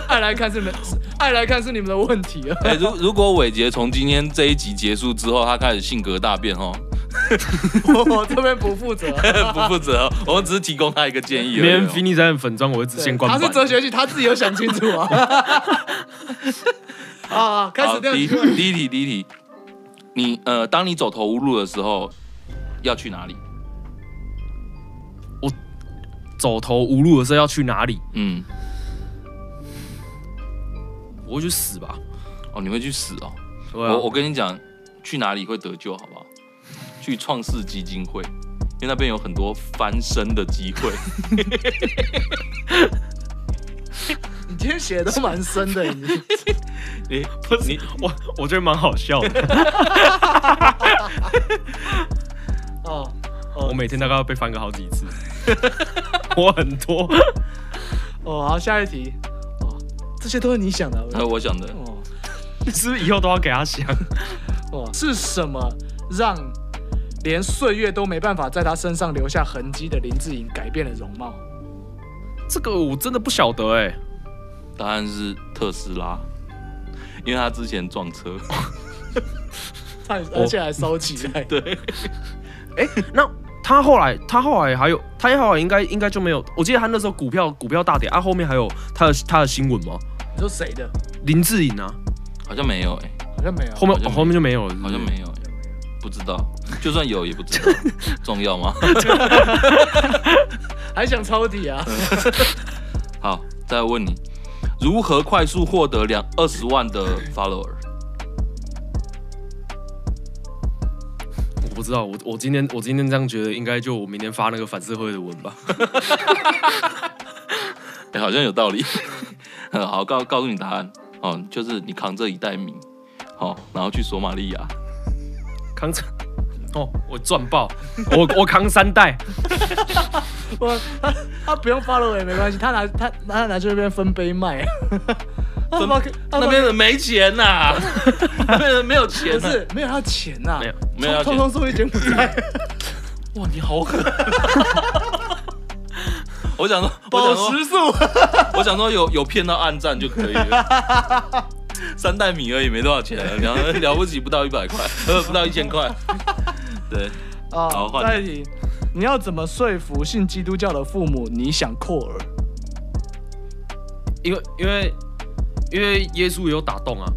Speaker 2: 爱来看是你们，爱来看是你们的问题 (laughs) 啊！
Speaker 1: 哎、如如果伟杰从今天这一集结束之后，他开始性格大变哦， (laughs)
Speaker 2: 我这边不负责。
Speaker 1: 不负责哦，我们只是提供他一个建议而
Speaker 3: 连
Speaker 1: 已、哦。
Speaker 3: Fini 在粉妆，我会直线关
Speaker 2: 他
Speaker 3: 板。
Speaker 2: 是哲学系，他自己有想清楚啊。 (laughs) 啊，开
Speaker 1: 好，
Speaker 2: 始掉
Speaker 1: 第一
Speaker 2: 题
Speaker 1: 题，第一题，第一题，你呃，当你走投无路的时候，要去哪里？
Speaker 3: 走投无路的时候要去哪里？
Speaker 1: 嗯，
Speaker 3: 我会去死吧。
Speaker 1: 哦，你会去死哦。
Speaker 3: 对啊
Speaker 1: 我我跟你讲，去哪里会得救，好不好？去创世基金会，因为那边有很多翻身的机会。 (laughs)
Speaker 2: 你今天写的都蛮深的，你
Speaker 1: 你
Speaker 3: 不是
Speaker 1: 你
Speaker 3: 我，我觉得蛮好笑 (laughs) 的。
Speaker 2: 哦。
Speaker 3: 我每天大概要被翻个好几 (laughs) 次，我很多。
Speaker 2: 哦，好，下一题。哦，这些都是你想的啊。
Speaker 1: 呃，我想的，
Speaker 2: 哦，
Speaker 3: 你是不是以后都要给他想？
Speaker 2: 哦，是什么让连岁月都没办法在他身上留下痕迹的林志颖改变了容貌？
Speaker 3: 这个我真的不晓得哎、
Speaker 1: 答案是特斯拉，因为他之前撞车。
Speaker 2: 他而且还收起来。对，
Speaker 3: (laughs) 那他后来，他后来还有，他后来应该应该就没有。我记得他那时候股票股票大跌啊，后面还有他的他的新闻吗？
Speaker 2: 你说谁的？
Speaker 3: 林志颖啊，
Speaker 1: 好像没有哎、
Speaker 2: 好像没有。
Speaker 3: 后面哦
Speaker 1: 好像没有
Speaker 3: 后面就没有了，
Speaker 1: 好像没有欸、不知道，就算有也不
Speaker 2: (laughs)
Speaker 1: 知道，重要吗？
Speaker 2: 还想抄底啊？
Speaker 1: 好，再问你，如何快速获得两二十万的 follower？
Speaker 3: 我不知道，我我今天我今天这样觉得，应该就我明天发那个反社会的文吧。
Speaker 1: 哎、好像有道理。 (laughs) 好，告告诉你答案哦，就是你扛着一袋米，好、然后去索马利亚。
Speaker 3: 扛着，哦，我赚 (laughs) 爆，我我扛三代，
Speaker 2: 我他他不用 follow 也没关系，他拿他他拿去那边分杯卖。他他他
Speaker 1: 那边人没钱呐、那边人没有钱、
Speaker 2: 不
Speaker 1: 啊。
Speaker 2: 是没有他钱呐、
Speaker 3: 没有
Speaker 1: 没有要
Speaker 2: 通
Speaker 1: 钱
Speaker 2: 通送去柬埔寨。
Speaker 1: 哇，你好狠！ (laughs) 我想说，我
Speaker 2: 保
Speaker 1: 想说
Speaker 2: 时速，
Speaker 1: 我想说有有骗到暗战就可以了， (laughs) 三袋米而已，没多少钱了，了了不起不到一百块，呃，不到一千块。对，好
Speaker 2: 啊
Speaker 1: 换你
Speaker 2: 再一题，你要怎么说服信基督教的父母你想扩耳？
Speaker 3: 因为因为因为耶稣也有打洞啊，。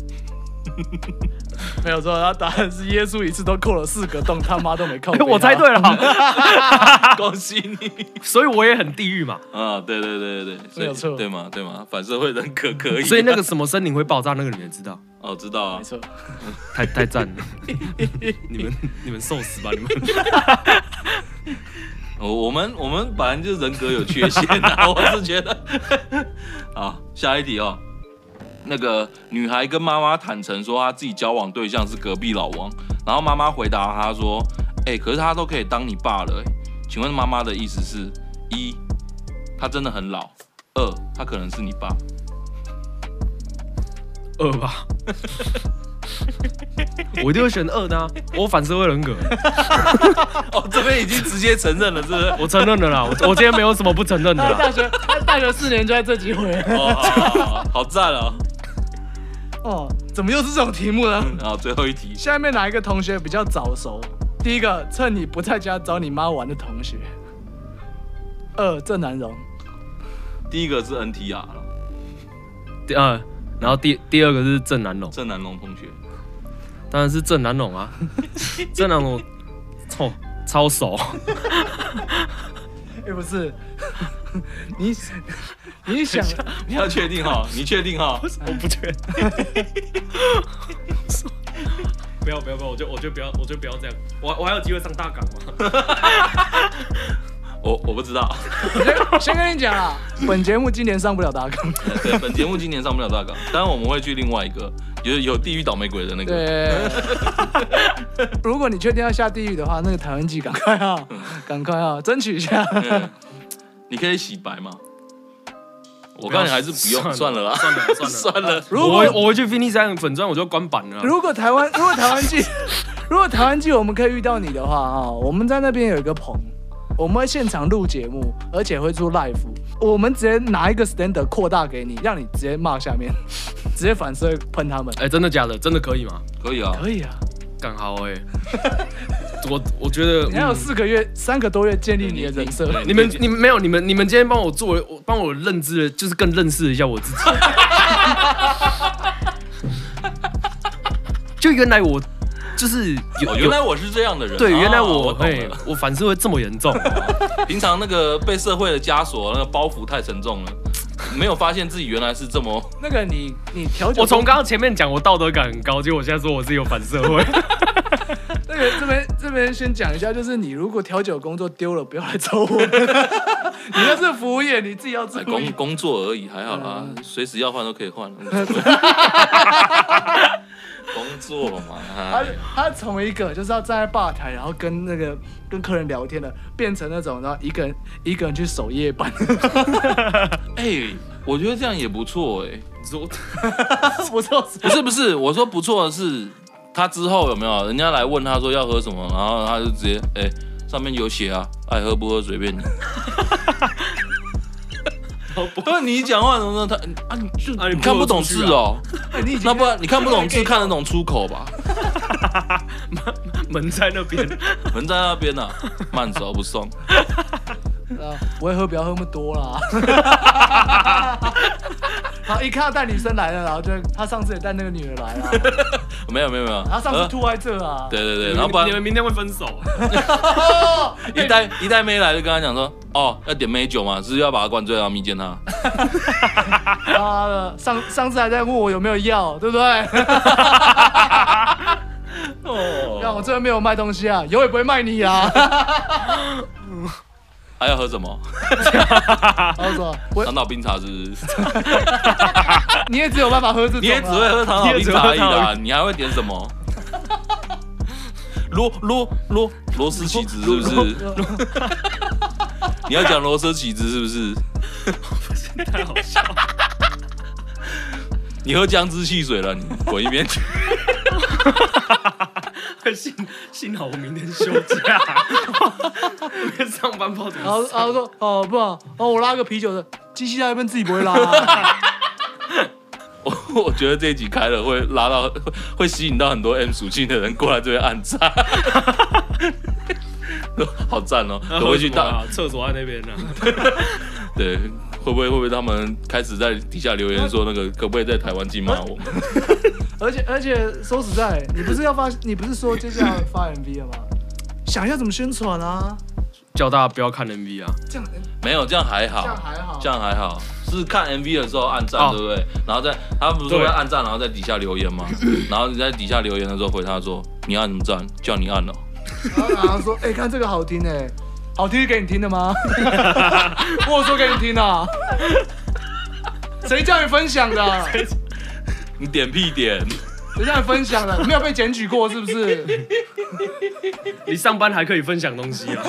Speaker 2: 没有错，他答案是耶稣一次都扣了四个洞，他妈都没扣
Speaker 3: (laughs) 我猜对了，
Speaker 1: 恭喜你。
Speaker 3: (laughs) 所以我也很地狱嘛，
Speaker 1: 啊，对对对对对，所
Speaker 2: 没有
Speaker 1: 以
Speaker 2: 错
Speaker 1: 对嘛对嘛，反社会人格可以。
Speaker 3: 所以啊那个什么森林会爆炸，那个你们知道，
Speaker 1: 哦，知道啊
Speaker 2: 没，错，
Speaker 3: (laughs) 太太赞了， (laughs) 你们你们受死吧 (laughs) 你们，
Speaker 1: 我我们我们本来就是人格有缺陷啊，我是觉得。好，下一题哦。那个女孩跟妈妈坦诚说，她自己交往对象是隔壁老王，然后妈妈回答她说：“哎、可是她都可以当你爸了、欸请问妈妈的意思是：一，她真的很老；二，她可能是你爸。
Speaker 3: 饿吧， (laughs) 我一定会选二的啊，我反社会人格，
Speaker 1: 哦，这边已经直接承认了，是不是？
Speaker 3: 我承认了啦，我我今天没有什么不承认的
Speaker 4: 他大
Speaker 3: 啦。
Speaker 4: 学他大学四年就在这几回
Speaker 1: 哦，好好好好赞哦！
Speaker 2: 哦，怎么又是这种题目
Speaker 1: (laughs)
Speaker 2: 呢？
Speaker 1: 嗯好，最后一题，
Speaker 2: 下面哪一个同学比较早熟？第一个，趁你不在家找你妈玩的同学；二，郑南荣；
Speaker 1: 第一个是 NTR 了，
Speaker 3: 第二，然后第第二个是郑南龙，
Speaker 1: 郑南龙同学。
Speaker 3: 当然是郑南龙啊，郑南 (laughs) 龙，哦，超熟，
Speaker 2: 哎，不是， (laughs) 你你想
Speaker 1: 你要确定哈，你确定哈？
Speaker 3: 我 (laughs) 不确定。不要不要不要，我就我就不要我就不要这样，我我还有机会上大港吗？
Speaker 1: 我我不知道。 (laughs)
Speaker 2: 先跟你讲啊，本节目今年上不了大纲。
Speaker 1: 对，本节目今年上不了大港，当然我们会去另外一个，有有地狱倒霉鬼的那个。
Speaker 2: 对，如果你确定要下地狱的话，那个台湾记赶快啊，赶快啊，争取一下。
Speaker 1: 嗯你可以洗白吗？我看你还是不用算
Speaker 3: 算
Speaker 1: 了
Speaker 3: 了
Speaker 1: 啦，
Speaker 3: 算了
Speaker 1: (laughs)
Speaker 3: 算了
Speaker 1: 算了。
Speaker 2: 如
Speaker 3: 我
Speaker 2: 果
Speaker 3: 会我会去 f i n i 三粉钻，我就关板了啊。
Speaker 2: 如果台湾如果台湾记如果台湾记我们可以遇到你的话啊，我们在那边有一个棚，我们会现场录节目，而且会做 live，我们直接拿一个 stand 扩大给你，让你直接骂下面， (laughs) 直接反射喷他们。
Speaker 3: 哎、真的假的？真的可以吗？
Speaker 1: 可以啊，
Speaker 2: 可以啊，
Speaker 3: 干好哎、我我觉得
Speaker 2: (laughs)
Speaker 3: 嗯
Speaker 2: 你还有四个月、三个多月建立你的人设。
Speaker 1: 对
Speaker 3: 你们你们没有你们你们今天帮我做了，我帮我认知了，就是更认识一下我自己。 (laughs) 就原来我就是有
Speaker 1: 哦，原来
Speaker 3: 有
Speaker 1: 我是这样的人。
Speaker 3: 对，原来
Speaker 1: 啊
Speaker 3: 我
Speaker 1: 我懂
Speaker 3: 哎、
Speaker 1: 了。
Speaker 3: 我反社会这么严重，
Speaker 1: 平常那个被社会的枷锁、那个包袱太沉重了，没有发现自己原来是这么
Speaker 2: 那个你你调酒，
Speaker 3: 我从刚刚前面讲我道德感很高，结果我现在说我自己有反社
Speaker 1: (laughs)
Speaker 3: 会，
Speaker 2: 那个这边这边先讲一下，就是你如果调酒工作丢了，不要来找我。你那是服务业，你自己要
Speaker 3: 哎
Speaker 2: 注
Speaker 1: 哎工
Speaker 2: 意。
Speaker 1: 工作而已，还好啦，
Speaker 3: 嗯
Speaker 1: 随时要换都可以
Speaker 3: (laughs)
Speaker 1: 换。工作嘛，
Speaker 2: 他
Speaker 1: 哎
Speaker 2: 他从一个就是要站在吧台，然后跟那个跟客人聊天的，变成那种然后一个人一个人去守
Speaker 1: (laughs)
Speaker 2: 夜班，
Speaker 1: 哎，我觉得这样也不错哎。
Speaker 3: (laughs)
Speaker 2: 不错死。
Speaker 1: 不是不是，我说不错的是，他之后有没有人家来问他说要喝什么，然后他就直接哎、上面有写啊，爱喝不喝随
Speaker 3: (laughs)
Speaker 1: 便你。不是你讲话怎么他啊你就
Speaker 3: 啊你
Speaker 1: 你看不
Speaker 3: 不
Speaker 1: 懂
Speaker 3: 喝出去
Speaker 1: 字
Speaker 3: 啊
Speaker 1: 哦，
Speaker 2: 你已经
Speaker 1: 那不然你看不
Speaker 3: (laughs)
Speaker 1: 懂字看得懂出口吧？
Speaker 3: 门在那边。
Speaker 1: 人在那边啊，慢走不送。
Speaker 2: 啊，我也喝不要喝那么多啦。
Speaker 1: (laughs)
Speaker 2: 好，一看到带女生来了，然后就他上次也带那个女的
Speaker 1: (laughs)
Speaker 2: 来了，
Speaker 1: 没有没有没有，
Speaker 2: 然后上
Speaker 1: 呃
Speaker 2: 次吐在这啊。
Speaker 1: 对对对，然后不然
Speaker 3: 你们明天会分手啊、
Speaker 2: 哦
Speaker 1: 一代一代妹来就跟他讲说，哦，要点美酒嘛，只是要把他灌醉，然啊后迷奸他。
Speaker 2: 妈的，上上次还在问我有没有药，对不对？
Speaker 1: 哦
Speaker 2: 让我
Speaker 1: 哦，
Speaker 2: 这边没有卖东西啊，有也不会卖
Speaker 1: (laughs)
Speaker 2: 你啊。
Speaker 1: 还要喝什么？
Speaker 2: 然后说，我
Speaker 1: 长岛冰茶是不是？
Speaker 2: 你也只有办法喝这种、啊，
Speaker 1: 你也只会喝糖炒冰茶而已啦，你还会点什 (laughs) 么？螺螺螺螺丝起子是不是？你要讲螺丝起子是不是？
Speaker 3: 太好笑了，
Speaker 1: 你喝姜汁汽水了，你滚一边去！
Speaker 3: (laughs) 幸幸好我明天休假， (laughs) 明天上班不知
Speaker 2: 然
Speaker 3: 道怎么
Speaker 2: 后然后说，哦不好，哦我拉个啤酒的，机器在那边自己不会拉、啊。
Speaker 1: 我 (laughs) 我觉得这一集开了会拉到， (laughs) 会会吸引到很多 M 属性的人过来这边按赞， (laughs) 好赞哦！
Speaker 3: 那
Speaker 1: 等回去
Speaker 3: 喝什么
Speaker 1: 大
Speaker 3: 啊厕所在那边呢、啊
Speaker 1: 对，会不会会不会他们开始在底下留言说那个可不可以在台湾禁 (laughs) 骂我们？
Speaker 2: (laughs) 而且而且说实在，你不是要发，你不是说接下来发 MV 了吗？想一下怎么宣传啊？
Speaker 3: 叫大家不要看 MV 啊，
Speaker 2: 这样这
Speaker 1: 没有，这样还好，
Speaker 2: 样还好，
Speaker 1: 这样还好，是看 MV 的时候按赞，
Speaker 3: 哦
Speaker 1: 对不对？然后在他不是说
Speaker 3: 对
Speaker 1: 会按赞，然后在底下留言吗？然后你在底下留言的时候回他说你按什么赞，叫你按了、哦
Speaker 2: 然后然后说，哎、看这个好听哎、好听是给你听
Speaker 1: (laughs)
Speaker 2: 的吗？我有说给你听啊，谁叫你分享的啊？
Speaker 1: 你点屁点，
Speaker 2: 谁叫你分享的？没有被检举过是不是？
Speaker 3: 你上班还可以分享东西啊，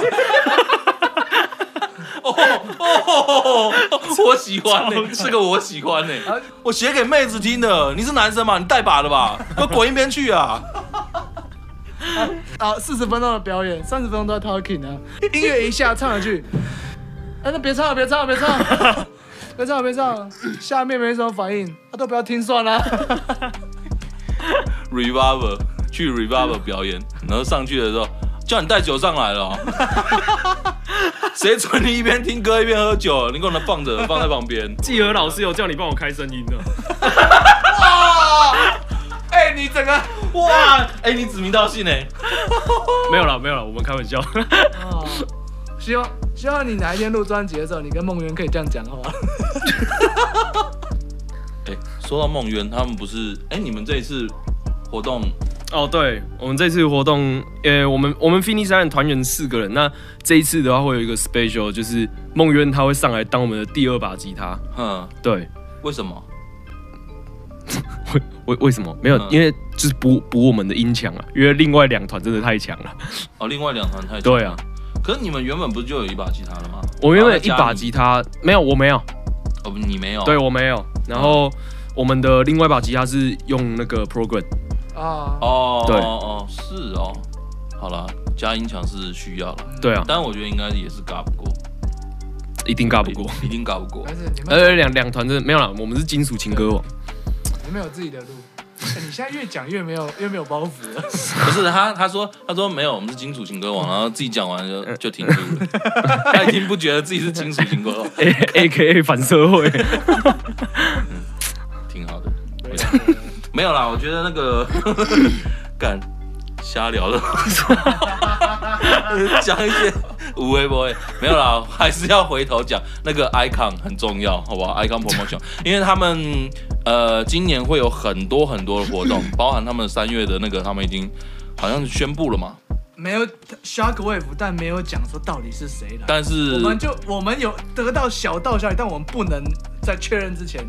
Speaker 1: (laughs) 我喜欢呢、这个我
Speaker 3: (laughs)
Speaker 1: 喜欢呢、我写给妹子听的，你是男生嘛？你带把的吧？给我滚一边去啊！
Speaker 2: 啊，四十分钟的表演，三十分钟都在 talking 啊，音乐一下唱了句，哎、那别唱了，别唱了，别唱了，别唱了，别唱了，下面没什么反应，他、都不要听算了。
Speaker 1: Reviver 去 Reviver 表演，然后上去的时候叫你带酒上来了哦、
Speaker 3: (laughs)
Speaker 1: 谁准你一边听歌一边喝酒？你给我那放着，放在旁
Speaker 3: (laughs)
Speaker 1: 边。
Speaker 3: 季和老师有叫你帮我开声音的，
Speaker 1: 哎、你整个哇，哎、你指名道姓呢、
Speaker 3: (laughs) 没有了，没有了，我们开玩笑。
Speaker 2: 哦希望希望你哪一天录专辑的时候，你跟梦圆可以这样讲话。
Speaker 1: 哎、说到梦圆，他们不是哎、你们这一次活动
Speaker 3: 哦，对，我们这次活动，呃，我们我们 Phoenix Island 团员四个人，那这一次的话会有一个 special，就是梦渊他会上来当我们的第二把吉他。
Speaker 1: 哼，
Speaker 3: 对，
Speaker 1: 为什么？
Speaker 3: 为为为什么没有？
Speaker 1: 嗯
Speaker 3: 因为就是补补我们的音墙啊，因为另外两团真的太强 (laughs) 了。
Speaker 1: 哦，另外两团太
Speaker 3: 对啊，
Speaker 1: 可是你们原本不是就有一把吉他了吗？
Speaker 3: 我原
Speaker 1: 然后再
Speaker 3: 本一
Speaker 1: 加
Speaker 3: 把
Speaker 1: 你
Speaker 3: 吉他没有，我没有，
Speaker 1: 哦，不你没有。
Speaker 3: 对我没有。然后我们的另外一把吉他是用那个 program，
Speaker 2: 啊、
Speaker 1: 哦，
Speaker 3: 对
Speaker 1: 哦，哦是哦。好了，加音墙是需要了，
Speaker 3: 对啊，
Speaker 1: 但我觉得应该也是嘎不过，
Speaker 3: 一定尬不过。
Speaker 1: 一定嘎不过
Speaker 3: (laughs)
Speaker 2: 但。是你们
Speaker 3: 呃，两两团真的没有啦，我们是金属情歌 (laughs) 王。
Speaker 2: 你们有自己的路。哎你现在越讲越没有越没有包袱了，
Speaker 1: 不是他，他说他说没有，我们是金属情歌王，然后自己讲完就就停住
Speaker 3: (laughs)
Speaker 1: 了，他已经不觉得自己是金属情歌王，
Speaker 3: A A K A 反社会，
Speaker 1: 挺好的。没有啦，我觉得那
Speaker 2: (laughs)
Speaker 1: 个干瞎聊的， (laughs) 讲一些无微不微，没有啦，还是要回头讲那个 icon 很重要，好不好？icon
Speaker 2: (laughs)
Speaker 1: promotion，因为他们呃今年会有很多很多的活
Speaker 2: (laughs)
Speaker 1: 动，包含他们三月的那个，他们已经好像宣布了嘛，
Speaker 2: 没有 Shockwave，但没有讲说到底是谁来。
Speaker 1: 但是
Speaker 2: 我们就我们有得到小道消息，但我们不能在确认之前。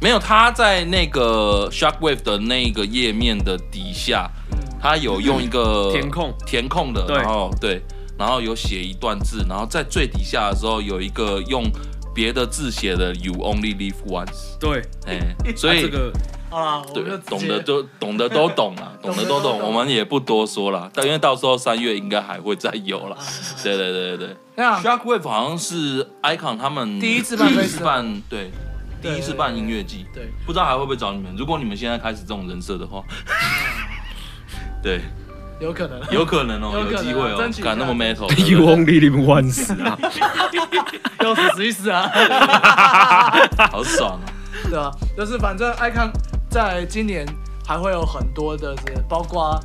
Speaker 1: 没有，他在那个 Shockwave 的那个页面的底下，他有用一
Speaker 2: 嗯
Speaker 1: 个
Speaker 3: 填空
Speaker 1: 填空的，
Speaker 3: 对
Speaker 1: 然后对，然后有写一段字，然后在最底下的时候有一个用别的字写的 “You only live once”，
Speaker 3: 对，
Speaker 2: (laughs)
Speaker 1: 哎、所
Speaker 3: 所以
Speaker 1: 以、
Speaker 3: 这个
Speaker 2: 好啦，啊我
Speaker 1: 对
Speaker 2: 们就直
Speaker 1: 懂
Speaker 2: 接
Speaker 1: 得都懂得都懂了，
Speaker 2: (laughs)
Speaker 1: 懂得都懂，
Speaker 2: 懂得都懂
Speaker 1: 我们也不多说了，但因为到时候三月应该还会再有
Speaker 2: (laughs)
Speaker 1: 了，对对对对对。
Speaker 2: 那
Speaker 1: Shockwave 好像是 Icon 他们
Speaker 2: 啊第一次办
Speaker 1: 第一
Speaker 2: festival
Speaker 1: 次办，对，第
Speaker 2: 对
Speaker 1: 一次办音乐季，
Speaker 2: 对，
Speaker 1: 不知道还会不会找你们。如果你们现在开始这种人设的话， (laughs)
Speaker 2: 嗯
Speaker 1: 对，
Speaker 2: 有可 (laughs) 能。
Speaker 1: 有可能哦，
Speaker 2: 有可能啊
Speaker 1: 机会哦
Speaker 2: 争取，一下
Speaker 1: 敢
Speaker 2: (laughs)
Speaker 1: 那么 metal，
Speaker 3: (laughs)
Speaker 1: (laughs) 对
Speaker 3: You
Speaker 1: 不
Speaker 3: only live (laughs) once 啊。
Speaker 2: 要死死一死 (laughs) 啊！
Speaker 1: 对好爽啊！
Speaker 2: 对啊，就是反正爱看在今年还会有很多的是，包括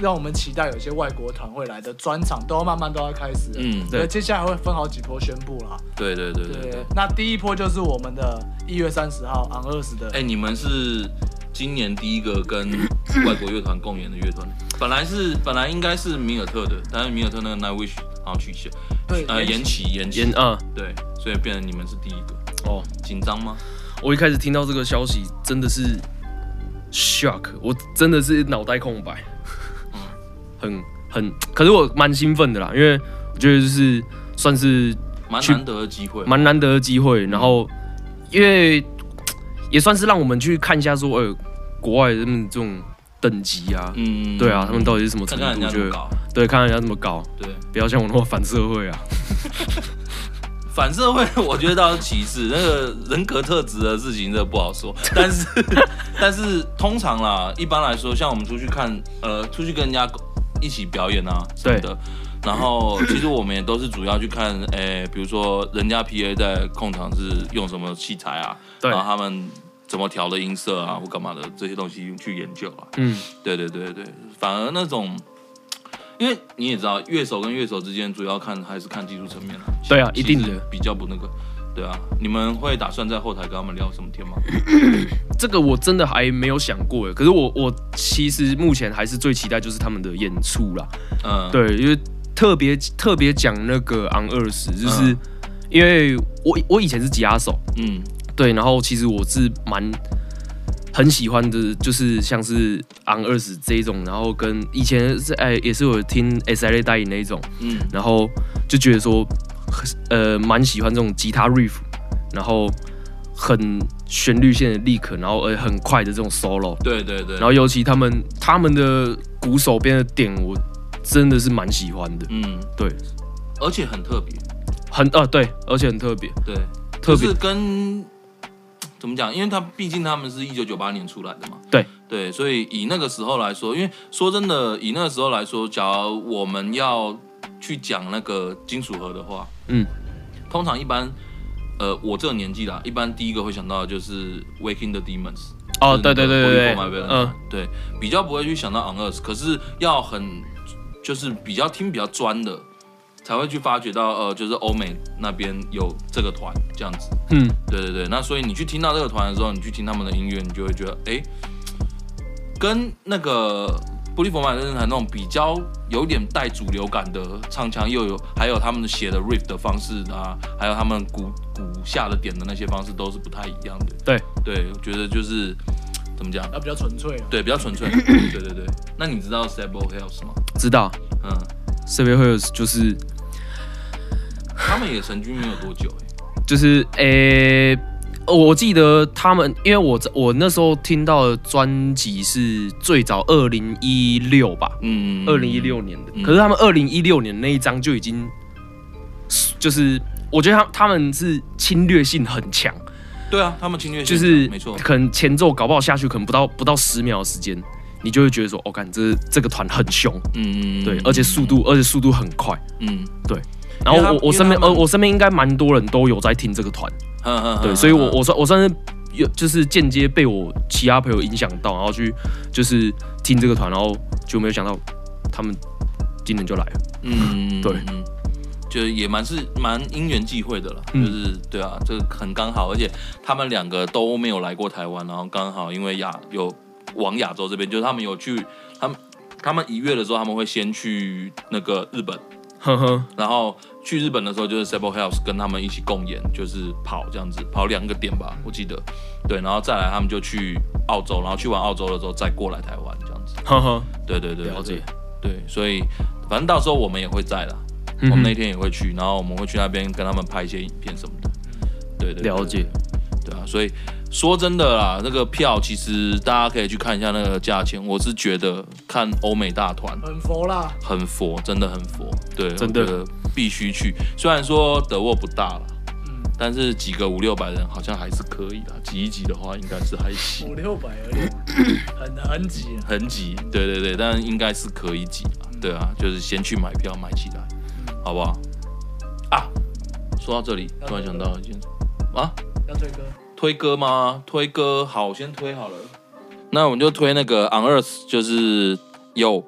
Speaker 2: 让我们期待有一些外国团会来的专场，都要慢慢都要开始。
Speaker 1: 嗯
Speaker 2: 对，接下来会分好几波宣布啦。
Speaker 1: 对对对对对
Speaker 2: 对。，那第一波就是我们的一月三十号 on 二十的。
Speaker 1: 哎，你们是今年第一个跟外国乐团共演的乐团， (laughs) 本来是本来应该是米尔特的，但是米尔特那个 Night Wish 好像取消，
Speaker 2: 对
Speaker 1: 呃，
Speaker 2: 延
Speaker 1: 延期延期，
Speaker 3: 演啊、
Speaker 1: 对，所以变成你们是第一个，
Speaker 3: 哦，
Speaker 1: 紧张吗？
Speaker 3: 我一开始听到这个消息真的是 shock，我真的是脑袋空白，
Speaker 1: 嗯
Speaker 3: 很很，可是我蛮兴奋的啦，因为我觉得就是算是
Speaker 1: 蛮
Speaker 3: 去
Speaker 1: 难得的机会，
Speaker 3: 蛮难得的机会，然后因为也算是让我们去看一下说，呃，国外他们这种等级啊，
Speaker 1: 嗯，
Speaker 3: 对啊，他们到底是什么程
Speaker 1: 看看人
Speaker 3: 度，
Speaker 1: 家怎
Speaker 3: 就
Speaker 1: 么搞，
Speaker 3: 对，看人家怎么搞，
Speaker 1: 对，
Speaker 3: 不要像我那么反社会啊，
Speaker 1: 反社会我觉得倒是歧视，那个人格特质的事情这不好说，但是但是通常啦，一般来说，像我们出去看，呃，出去跟人家一起表演啊什么的。然后，其实我们也都是主要去看，诶，比如说人家 PA 在控场是用什么器材 (laughs) 啊，
Speaker 3: 对
Speaker 1: 然后他们怎么调的音色啊，或干嘛的这些东西去研究啊。
Speaker 3: 嗯，
Speaker 1: 对对对对，反而那种，因为你也知道，乐手跟乐手之间主要看还是看技术层面啊。
Speaker 3: 对啊
Speaker 1: 其
Speaker 3: 一定的，
Speaker 1: 其实比较不那个。对啊，你们会打算在后台跟他们聊什么天吗？
Speaker 3: 这个我真的还没有想过欸耶，可是我我其实目前还是最期待就是他们的演出啦。
Speaker 1: 嗯，，
Speaker 3: 对，因为特别特别讲那个昂二十，就是、
Speaker 1: 嗯
Speaker 3: 因为我我以前是吉他手，
Speaker 1: 嗯，
Speaker 3: 对，然后其实我是蛮很喜欢的，就是像是昂二十这一种，然后跟以前是哎也是有听 S L A 代言那一种，
Speaker 1: 嗯，
Speaker 3: 然后就觉得说呃蛮喜欢这种吉他 riff，然后很旋律线的立可，然后呃很快的这种 solo，
Speaker 1: 对对对，
Speaker 3: 然后尤其他们他们的鼓手编的点，我真的是蛮喜欢的，
Speaker 1: 嗯，
Speaker 3: 对，
Speaker 1: 而且很特别，
Speaker 3: 很呃对，而且很特别，
Speaker 1: 对，
Speaker 3: 特
Speaker 1: 就
Speaker 3: 别
Speaker 1: 是跟怎么讲？因为他毕竟他们是一九九八年出来的嘛，
Speaker 3: 对
Speaker 1: 对，所以以那个时候来说，因为说真的，以那个时候来说，假如我们要去讲那个金属盒的话，
Speaker 3: 嗯，
Speaker 1: 通常一般。呃，我这个年纪啦，一般第一个会想到的就是《Waking the Demons》
Speaker 3: 哦，
Speaker 1: 就是
Speaker 3: 对对对
Speaker 1: 那个 Holy for
Speaker 3: 对
Speaker 1: My
Speaker 3: 对，
Speaker 1: Valentine
Speaker 3: 嗯，
Speaker 1: 对，比较不会去想到 On Earth，可是要很就是比较听比较专的，才会去发掘到呃，就是欧美那边有这个团这样子。
Speaker 3: 嗯，
Speaker 1: 对对对，那所以你去听到这个团的时候，你去听他们的音乐，你就会觉得，哎，跟那个布利佛曼任团那种比较有点带主流感的唱腔，又有还有他们写的 riff 的方式啊，还有他们鼓鼓下的点的那些方式都是不太一样的。
Speaker 3: 对
Speaker 1: 对，我觉得就是怎么讲，
Speaker 2: 要比较纯粹啊。
Speaker 1: 对，比较纯 (clears throat) 粹。对对对，那你知道 Stable Hills 吗？
Speaker 3: 知道。
Speaker 1: 嗯，
Speaker 3: s e v e r h e r s 就是
Speaker 1: 他们也成军没有多久、欸，
Speaker 3: 就是诶、呃我记得他们，因为我我那时候听到的专辑是最早二零一六吧，
Speaker 1: 嗯，
Speaker 3: 二零一六年的，
Speaker 1: 嗯
Speaker 3: 可是他们二零一六年那一张就已经，就是我觉得他他们是侵略性很强，
Speaker 1: 对啊，他们侵略
Speaker 3: 就
Speaker 1: 现
Speaker 3: 是
Speaker 1: 场没错，
Speaker 3: 可能前奏搞不好下去，可能不到不到十秒的时间，你就会觉得说，哦，干这这个团很凶，
Speaker 1: 嗯，
Speaker 3: 对，而且速，度而且速度很快，
Speaker 1: 嗯，
Speaker 3: 然
Speaker 1: 因
Speaker 3: 后
Speaker 1: 为他
Speaker 3: 我我
Speaker 1: 因为
Speaker 3: 身边
Speaker 1: 他
Speaker 3: 呃
Speaker 1: 们
Speaker 3: 我身边应该蛮多人都有在听这个团。
Speaker 1: 嗯嗯，
Speaker 3: 对，
Speaker 1: 嗯
Speaker 3: 所以我
Speaker 1: 嗯
Speaker 3: 我算我算是有就是间接被我其他朋友影响到，然后去就是听这个团，然后就没有想到他们今年就来了。
Speaker 1: 嗯，
Speaker 3: 对
Speaker 1: 嗯，嗯就是也蛮是蛮因缘际会的了，就
Speaker 3: 嗯
Speaker 1: 是对啊，这个很刚好，而且他们两个都没有来过台湾，然后刚好因为亚有往亚洲这边，就是他们有去他们。他们一月的时候，他们会先去那个日本，
Speaker 3: 呵呵，
Speaker 1: 然后去日本的时候，就是 Sable House 跟他们一起共演，就是跑这样子，跑两个点吧，我记得。对，然后再来他们就去澳洲，然后去完澳洲的时候再过来台湾这样子。
Speaker 3: 呵呵，
Speaker 1: 对对对，对
Speaker 3: 了解。
Speaker 1: 对，所以反正到时候我们也会在啦，
Speaker 3: 嗯哼
Speaker 1: 我们那天也会去，然后我们会去那边跟他们拍一些影片什么的。对对对
Speaker 3: 了解。
Speaker 1: 对啊，所以说真的啦，那个票其实大家可以去看一下那个价钱，我是觉得看欧美大团
Speaker 2: 很佛啦，
Speaker 1: 很佛，真的很佛，对，
Speaker 3: 真的
Speaker 1: 我觉得必须去。虽然说德沃不大了，
Speaker 2: 嗯
Speaker 1: 但是几个五六百人好像还是可以的，挤一挤的话应该是还行
Speaker 3: 嗯
Speaker 2: 五，六百
Speaker 1: (laughs)
Speaker 2: 而已，很很挤啊。
Speaker 1: 很挤，对对对，但应该是可以挤啦，
Speaker 3: 嗯
Speaker 1: 对啊，就是先去买票买起来，好不好？啊，说到这里，
Speaker 3: 嗯
Speaker 1: 突然想到一件事啊，
Speaker 2: 要推歌，
Speaker 1: 推歌吗？推歌好，我先推好了。那我们就推那个 On Earth，就是有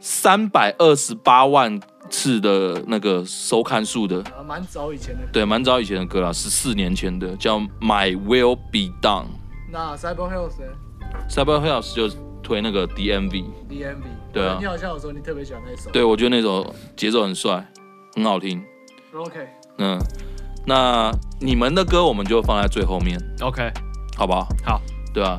Speaker 1: 三百二十八万次的那个收看数的，
Speaker 2: 啊，蛮早以前的。
Speaker 1: 对，蛮早以前的歌啦，十四年前的，叫《My Will Be Done
Speaker 2: 那 Cyber Hills 呢》
Speaker 1: ，Cyber House 就推那个 DMV，
Speaker 2: ？DMV。
Speaker 1: 对啊
Speaker 2: 你好像有说你特别喜欢那一首。
Speaker 1: 对我觉得那首节奏很帅，很好听。
Speaker 2: ，OK。
Speaker 1: 嗯，那你们的歌我们就放在最后面，
Speaker 3: OK，
Speaker 1: 好不好？
Speaker 3: 好，
Speaker 1: 对啊。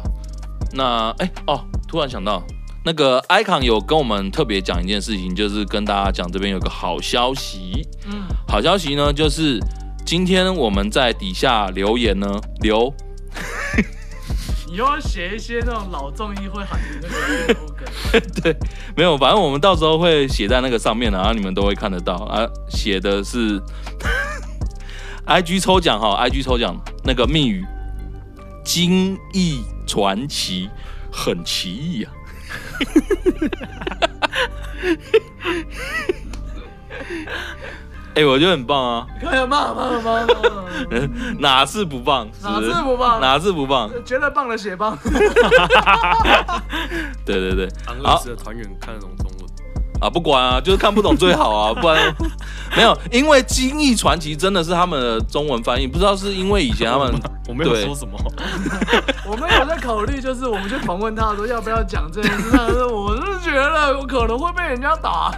Speaker 1: 那哎、哦，突然想到，那个 Icon 有跟我们特别讲一件事情，就是跟大家讲这边有个好消息。嗯，好消息呢，就是今天我们在底下留言呢，留
Speaker 5: 你又要写一些那种老中医会喊的那个
Speaker 2: (laughs)
Speaker 5: slogan
Speaker 1: 没有，反正我们到时候会写在那个上面的，然后你们都会看得到啊。写的是 (laughs) IG 抽奖哈，IG 抽奖那个密语“精益传奇”，很奇异啊。 (laughs) 哎、我觉得很棒啊， (laughs)
Speaker 2: 可以骂骂骂骂，
Speaker 1: 哪次不棒？是
Speaker 2: 哪
Speaker 1: 是
Speaker 2: 次不棒？
Speaker 1: 哪次不棒？
Speaker 2: 绝对棒的血 (laughs) 棒。
Speaker 1: 对对对，
Speaker 3: 昂
Speaker 1: 好
Speaker 3: 乐斯的团员看得懂中文，
Speaker 1: 啊，不管啊，就是看不懂最好啊，不然没有，因为《精益传奇》真的是他们的中文翻译，不知道是因为以前
Speaker 3: (laughs)
Speaker 1: 他们
Speaker 3: 我没有
Speaker 1: 对
Speaker 3: 说什么，
Speaker 2: 我们有在考虑，就是我们去访问他说要不要讲这件事，但是我是觉得我可能会被人家
Speaker 1: (laughs)
Speaker 2: 打。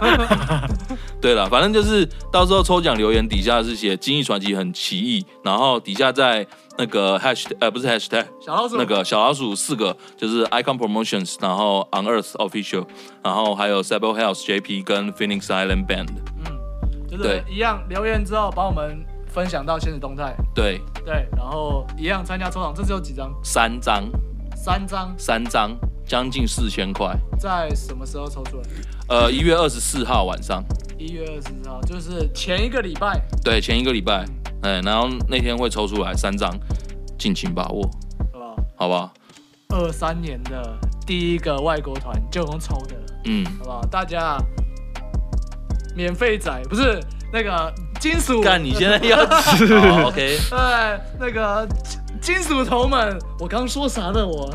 Speaker 1: 对了，反正就是到时候抽奖留言底下是写《精益传奇》很奇异，然后底下在那个 hash 呃不是 hashtag
Speaker 2: 小老鼠
Speaker 1: 那个小老鼠四个就是 Icon Promotions，然后 On Earth Official，然后还有 Sable House JP 跟 Phoenix Island Band。
Speaker 2: 嗯，就
Speaker 1: 对
Speaker 2: 是一样留言之后，把我们分享到现实动态，
Speaker 1: 对，
Speaker 2: 对，然后一样参加抽奖，这次有几张？
Speaker 1: 三张，
Speaker 2: 三张，
Speaker 1: 三张，将近四千块。
Speaker 2: 在什么时候抽出来？
Speaker 1: 呃，一月二十四号晚上，
Speaker 2: 一月二十号，就是前一个礼拜。
Speaker 1: 对，前一个礼拜，哎，然后那天会抽出来三张，尽情把握，
Speaker 2: 好不好？
Speaker 1: 好不好？
Speaker 2: 二三年的第一个外国团就用抽的，
Speaker 1: 嗯，
Speaker 2: 好不好？大家免费仔不是那个金
Speaker 1: (laughs)
Speaker 2: 属，
Speaker 1: 干，你现在 (laughs) 要好 OK，
Speaker 2: 哎，那个金属头们，我刚说啥
Speaker 1: (laughs)
Speaker 2: 呢我？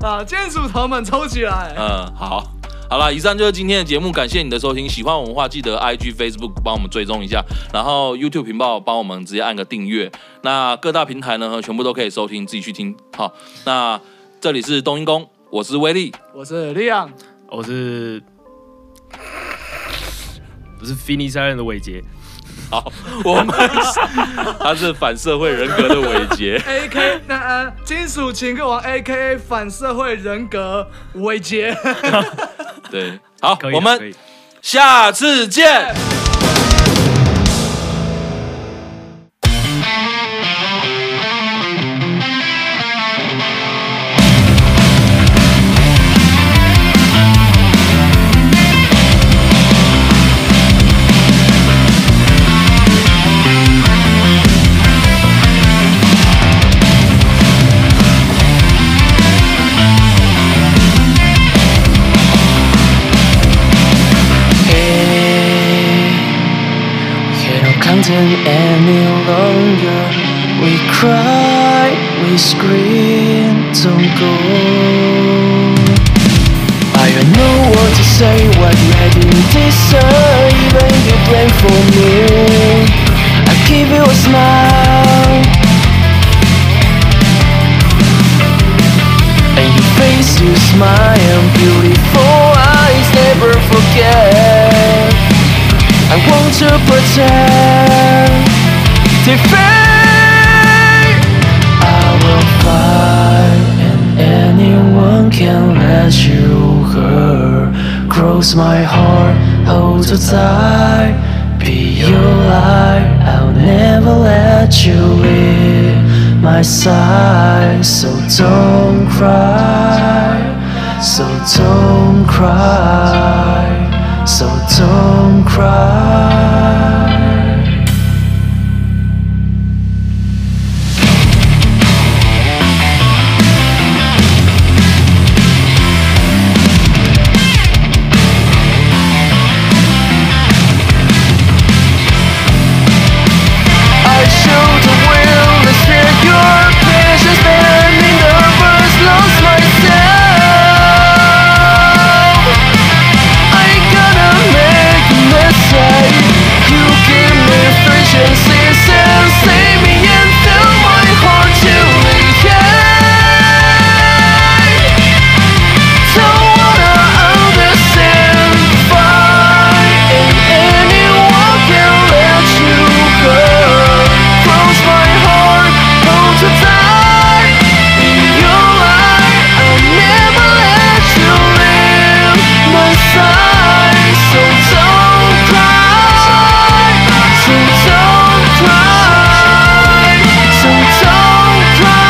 Speaker 2: 啊，金属头们抽起来，
Speaker 1: 嗯，好。好了，以上就是今天的节目，感谢你的收听。喜欢我们的话，记得 I G、Facebook 帮我们追踪一下，然后 YouTube 频道帮我们直接按个订阅。那各大平台呢，全部都可以收听，自己去听。好，那这里是冬阴功，我是威力，
Speaker 2: 我是利昂，
Speaker 3: (laughs) 我是不是 Fini 三人的伟杰？
Speaker 1: 好，我 (laughs) 们他是反社会人格的伟杰。
Speaker 2: A K 那呃金属情歌王 A K A 反社会人格伟杰，
Speaker 1: 对，好
Speaker 3: 可以，的，
Speaker 1: 我
Speaker 3: 啊可
Speaker 1: 们
Speaker 3: 以
Speaker 1: 下次见。
Speaker 6: Cannot contain any longer. We cry, we scream, don't go. I don't know what to say, what I didn't deserve. Even you blame for me. I give you a smile. And your face, you smile, beautiful eyes never forget. I want to pretend to fade. I will fight, and anyone can let you hurt. Close my heart, hold it tight. Be your light, I'll never let you leave my side. So don't cry, so don't cry, so don't cry. I show the will to spare your precious band in the first lost myself. I gotta make a mistake. You give me efficiencies and save me and fill my heart to the end. So wanna understand fight and anyone can let you go Close my heart, hold to die In your life I'll never let you live my side So don't cry So don't cry So don't cry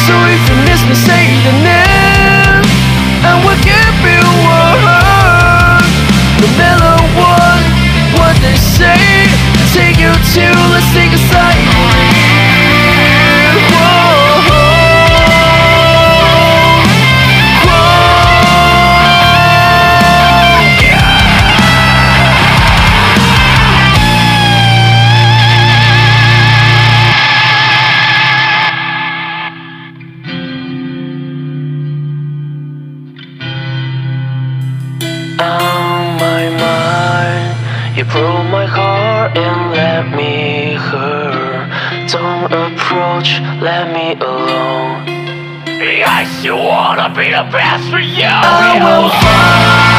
Speaker 6: so if you miss me, say the name And we'll give you a hug No matter what, what they say Take you to, let's take a sight on my mind. You broke my heart and let me hurt. Don't approach, let me alone. Because you wanna be the best for you. I will fight.